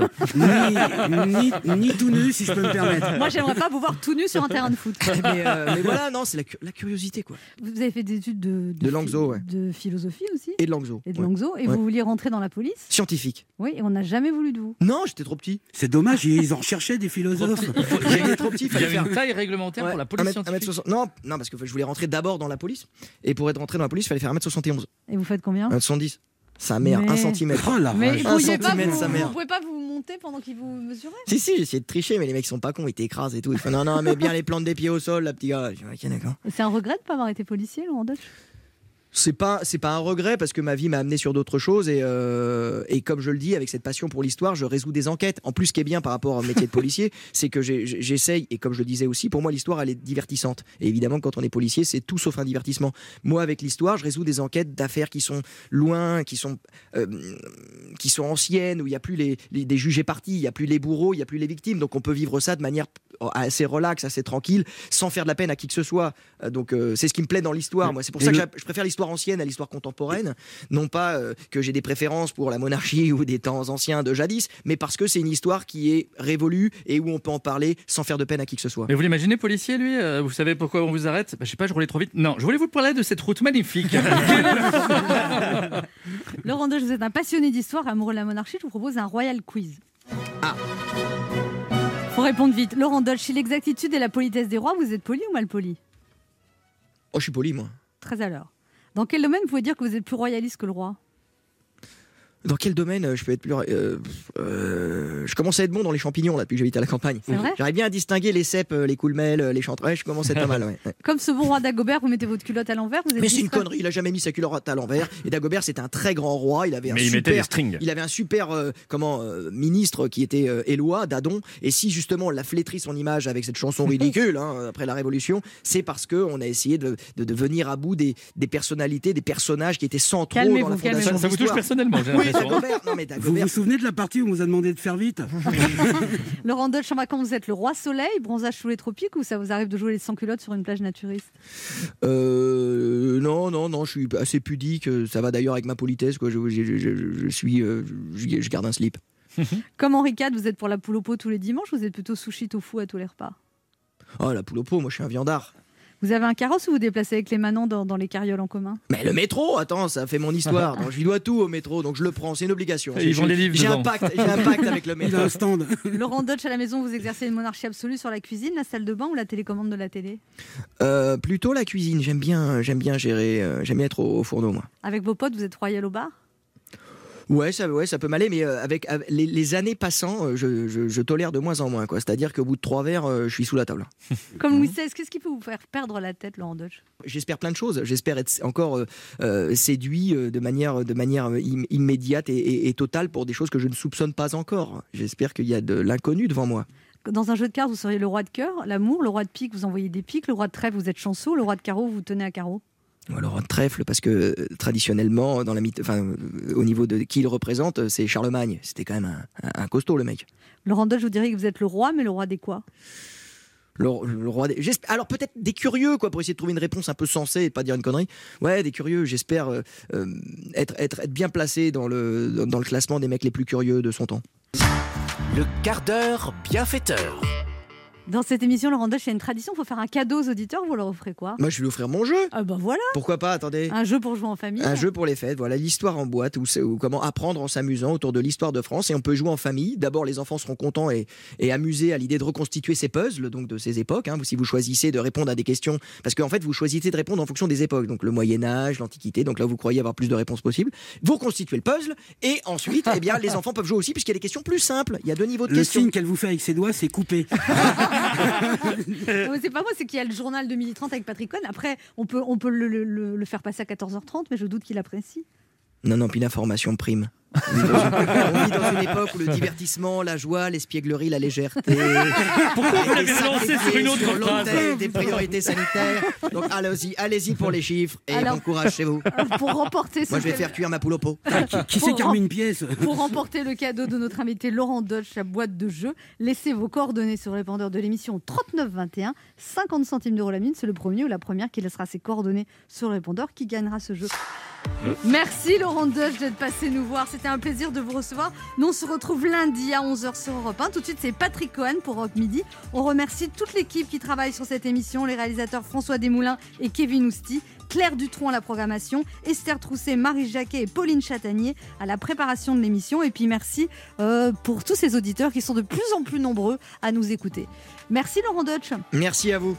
Speaker 7: hein.
Speaker 6: ni, ni tout nu, si je peux me permettre.
Speaker 3: Moi, j'aimerais pas vous voir tout nu sur un terrain de foot.
Speaker 8: mais, euh, mais voilà, non, c'est la, cu- la curiosité, quoi.
Speaker 3: Vous avez fait des études de,
Speaker 8: De Langso, ouais.
Speaker 3: de philosophie aussi
Speaker 8: Et de Langso.
Speaker 3: et de
Speaker 8: ouais.
Speaker 3: Langso, et
Speaker 8: Ouais.
Speaker 3: vous vouliez rentrer dans la police
Speaker 8: Scientifique.
Speaker 3: Oui, et on n'a jamais voulu de vous.
Speaker 8: Non, j'étais trop petit.
Speaker 6: C'est dommage, ils en recherchaient des philosophes.
Speaker 8: J'étais trop petit,
Speaker 7: Il y
Speaker 8: fallait
Speaker 7: a
Speaker 8: faire.
Speaker 7: une taille réglementaire pour la
Speaker 8: Un
Speaker 7: police
Speaker 8: mètre- un mètre
Speaker 7: scientifique.
Speaker 8: soixante- non, non, parce que je voulais rentrer d'abord dans la police. Et pour être rentré dans la police, il fallait faire 1m71.
Speaker 3: Et vous faites combien
Speaker 8: 1m70. Sa mère,
Speaker 3: Hein Mais-
Speaker 8: 1 cm.
Speaker 6: Oh la
Speaker 3: Mais vous
Speaker 8: Un
Speaker 3: pouviez pas
Speaker 8: centimètre,
Speaker 3: vous,
Speaker 8: sa mère.
Speaker 3: vous pouvez pas vous monter pendant qu'ils vous mesuraient
Speaker 8: Si, si, j'ai essayé de tricher, mais les mecs sont pas cons, ils t'écrasent et tout. Ils font non, non, mais bien les plantes des pieds au sol, là, petit gars. Je dis, ok, d'accord.
Speaker 3: C'est un regret de pas avoir été policier, Laurent Dutch
Speaker 8: C'est pas, c'est pas un regret parce que ma vie m'a amené sur d'autres choses et, euh, et comme je le dis, avec cette passion pour l'histoire, je résous des enquêtes. En plus, ce qui est bien par rapport au métier de policier, c'est que j'ai- j'ai- j'essaye et comme je le disais aussi, pour moi, l'histoire, elle est divertissante. Et évidemment, quand on est policier, c'est tout sauf un divertissement. Moi, avec l'histoire, je résous des enquêtes d'affaires qui sont loin, qui sont, euh, qui sont anciennes, où il n'y a plus les, les- des jugés partis, il n'y a plus les bourreaux, il n'y a plus les victimes. Donc on peut vivre ça de manière assez relaxe, assez tranquille, sans faire de la peine à qui que ce soit. Euh, Donc euh, c'est ce qui me plaît dans l'histoire. Moi, c'est pour
Speaker 6: Et
Speaker 8: ça que
Speaker 6: le-
Speaker 8: j'a- je préfère l'histoire ancienne à l'histoire contemporaine. Non pas euh, que j'ai des préférences pour la monarchie ou des temps anciens de jadis, mais parce que c'est une histoire qui est révolue et où on peut en parler sans faire de peine à qui que ce soit.
Speaker 7: Mais vous l'imaginez, policier, lui euh, Vous savez pourquoi on vous arrête bah, Je sais pas, je roulais trop vite. Non, je voulais vous parler de cette route magnifique.
Speaker 3: Laurent Dutch, vous êtes un passionné d'histoire, amoureux de la monarchie, je vous propose un royal quiz. Ah Faut répondre vite. Laurent Dutch, si l'exactitude et la politesse des rois, vous êtes poli ou mal poli
Speaker 8: Oh, je suis poli, moi.
Speaker 3: Très à l'heure. Dans quel domaine vous pouvez dire que vous êtes plus royaliste que le roi
Speaker 8: Dans quel domaine euh, je peux être plus. euh, euh, je commence à être bon dans les champignons là, depuis que j'habite à la campagne.
Speaker 3: C'est vrai
Speaker 8: J'arrive bien à distinguer les cèpes, euh, les coulmelles, euh, les chanterelles. Je commence à être pas mal. ouais, ouais.
Speaker 3: Comme ce bon roi d'Agobert, vous mettez votre culotte à l'envers, vous êtes
Speaker 8: Mais c'est une
Speaker 3: distrait.
Speaker 8: connerie, il a jamais mis sa culotte à l'envers. Et Dagobert, c'était un très grand roi. Il avait un
Speaker 9: Mais il
Speaker 8: super,
Speaker 9: mettait des strings.
Speaker 8: Il avait un super euh, comment euh, ministre qui était euh, Éloi, Dadon. Et si justement on l'a flétri son image avec cette chanson ridicule hein, après la Révolution, c'est parce que on a essayé de, de, de venir à bout des, des personnalités, des personnages qui étaient centraux dans la
Speaker 3: Calmez-vous,
Speaker 8: fondation
Speaker 3: calmez-vous.
Speaker 8: de
Speaker 7: Ça vous touche
Speaker 8: l'histoire.
Speaker 7: personnellement, j'ai hein.
Speaker 8: Oui, Dagobert, non, mais
Speaker 6: Vous
Speaker 8: Dagobert.
Speaker 6: vous souvenez de la partie où on vous a demandé de faire vite
Speaker 3: Laurent Deutsch, en vacances, vous êtes le roi soleil, bronzage sous les tropiques ou ça vous arrive de jouer les sans-culottes sur une plage naturiste
Speaker 8: Euh, non, non, non, je suis assez pudique. euh, Ça va d'ailleurs avec ma politesse. Quoi. Je, je- je- je- je suis, euh, je, je garde un slip.
Speaker 3: Comme Henri IV, vous êtes pour la poule au pot tous les dimanches ou vous êtes plutôt sushi tofu à tous les repas
Speaker 8: Oh, la poule au pot, moi je suis un viandard.
Speaker 3: Vous avez un carrosse ou vous vous déplacez avec les manants dans, dans les carrioles en commun
Speaker 8: Mais le métro, attends, ça fait mon histoire. Donc, je lui dois tout au métro, donc je le prends, c'est une obligation.
Speaker 7: Et ils
Speaker 8: J'ai-
Speaker 7: vendent les livres
Speaker 8: J'ai un
Speaker 7: dedans.
Speaker 8: pacte, j'ai un pacte avec le
Speaker 6: Il
Speaker 8: métro.
Speaker 6: a un stand.
Speaker 3: Laurent Deutsch, à la maison, vous exercez une monarchie absolue sur la cuisine, la salle de bain ou la télécommande de la télé
Speaker 8: Euh, plutôt la cuisine, j'aime bien, j'aime bien gérer, euh, j'aime bien être au, au fourneau, moi.
Speaker 3: Avec vos potes, vous êtes royal au bar
Speaker 8: Ouais, ça, ouais, ça peut m'aller, mais euh, avec, avec- les, les années passant, euh, je, je- je tolère de moins en moins. quoi. C'est-à-dire qu'au bout de trois verres, euh, je suis sous la table.
Speaker 3: Comme Louis
Speaker 8: Mhm.
Speaker 3: XVI, qu'est-ce qui peut vous faire perdre la tête, Laurent Deutsch
Speaker 8: J'espère plein de choses. J'espère être encore euh, euh, séduit euh, de manière, de manière euh, im- immédiate et, et- et totale pour des choses que je ne soupçonne pas encore. J'espère qu'il y a de l'inconnu devant moi.
Speaker 3: Dans un jeu de cartes, vous seriez le roi de cœur, l'amour, le roi de pique, vous envoyez des piques, le roi de trèfle, vous êtes chanceux, le roi de carreau, vous tenez à carreau.
Speaker 8: Ou alors un trèfle, parce que euh, traditionnellement, dans la mythe- enfin, euh, au niveau de qui il représente, euh, c'est Charlemagne. C'était quand même un, un- un costaud, le mec.
Speaker 3: Laurent Deutsch, vous dirais que vous êtes le roi, mais le roi des quoi
Speaker 8: Le, le roi des- j'esp- Alors peut-être des curieux, quoi, pour essayer de trouver une réponse un peu sensée et de pas dire une connerie. Ouais, des curieux, j'espère euh, euh, être, être, être bien placé dans le, dans- dans le classement des mecs les plus curieux de son temps.
Speaker 2: Le quart d'heure bienfaiteur.
Speaker 3: Dans cette émission, Laurent Deutsch, il y a une tradition, il faut faire un cadeau aux auditeurs, vous leur offrez quoi
Speaker 8: Moi, je vais lui offrir mon jeu.
Speaker 3: Ah ben voilà
Speaker 8: Pourquoi pas, attendez.
Speaker 3: Un jeu pour jouer en famille
Speaker 8: Un jeu pour les fêtes, voilà l'histoire en boîte ou comment apprendre en s'amusant autour de l'histoire de France et on peut jouer en famille. D'abord, les enfants seront contents et, et amusés à l'idée de reconstituer ces puzzles donc de ces époques. hein. si vous choisissez de répondre à des questions, parce qu'en fait vous choisissez de répondre en fonction des époques, donc le Moyen Âge, l'Antiquité, donc là vous croyez avoir plus de réponses possibles. Vous reconstituez le puzzle et ensuite, eh bien les enfants peuvent jouer aussi puisqu'il y a des questions plus simples. Il y a deux niveaux de
Speaker 6: Le
Speaker 8: questions.
Speaker 6: signe qu'elle vous fait avec ses doigts, c'est coupé.
Speaker 3: Non, mais C'est pas moi, c'est qu'il y a le journal de 2030 avec Patrick Cohen. Après, on peut, on peut le, le- le- le faire passer à 14h30, mais je doute qu'il apprécie.
Speaker 8: Non, non, puis l'information prime. On vit dans une- on vit dans une époque où le divertissement, la joie, l'espièglerie, la légèreté.
Speaker 7: Pourquoi vous
Speaker 8: les
Speaker 7: l'avez relancé sur
Speaker 8: sacrifiés
Speaker 7: une autre
Speaker 8: sur
Speaker 7: phrase
Speaker 8: l'autel des priorités sanitaires. Donc allez-y, allez-y pour les chiffres et
Speaker 3: Alors- euh,
Speaker 8: bon courage chez vous.
Speaker 3: Pour remporter ce
Speaker 8: Moi, je vais
Speaker 3: cadeau-
Speaker 8: faire cuire ma poule au pot.
Speaker 6: Ah, Qui
Speaker 3: Pour
Speaker 6: c'est qui a remis
Speaker 3: rem-
Speaker 6: une pièce
Speaker 3: Pour remporter le cadeau de notre invité Laurent Dodge, la boîte de jeu, laissez vos coordonnées sur le répondeur de l'émission 3921, 50 centimes d'euros la minute. C'est le premier ou la première qui laissera ses coordonnées sur le répondeur qui gagnera ce jeu.
Speaker 2: Mm.
Speaker 3: Merci Laurent Dodge d'être passé nous voir. C'était un plaisir de vous recevoir. Nous, on se retrouve lundi à 11h sur Europe 1. Tout de suite, c'est Patrick Cohen pour Europe Midi. On remercie toute l'équipe qui travaille sur cette émission, les réalisateurs François Desmoulins et Kevin Ousti, Claire Dutron à la programmation, Esther Trousset, Marie Jacquet et Pauline Chatanier à la préparation de l'émission. Et puis merci euh, pour tous ces auditeurs qui sont de plus en plus nombreux à nous écouter. Merci Laurent Dodge.
Speaker 8: Merci à vous.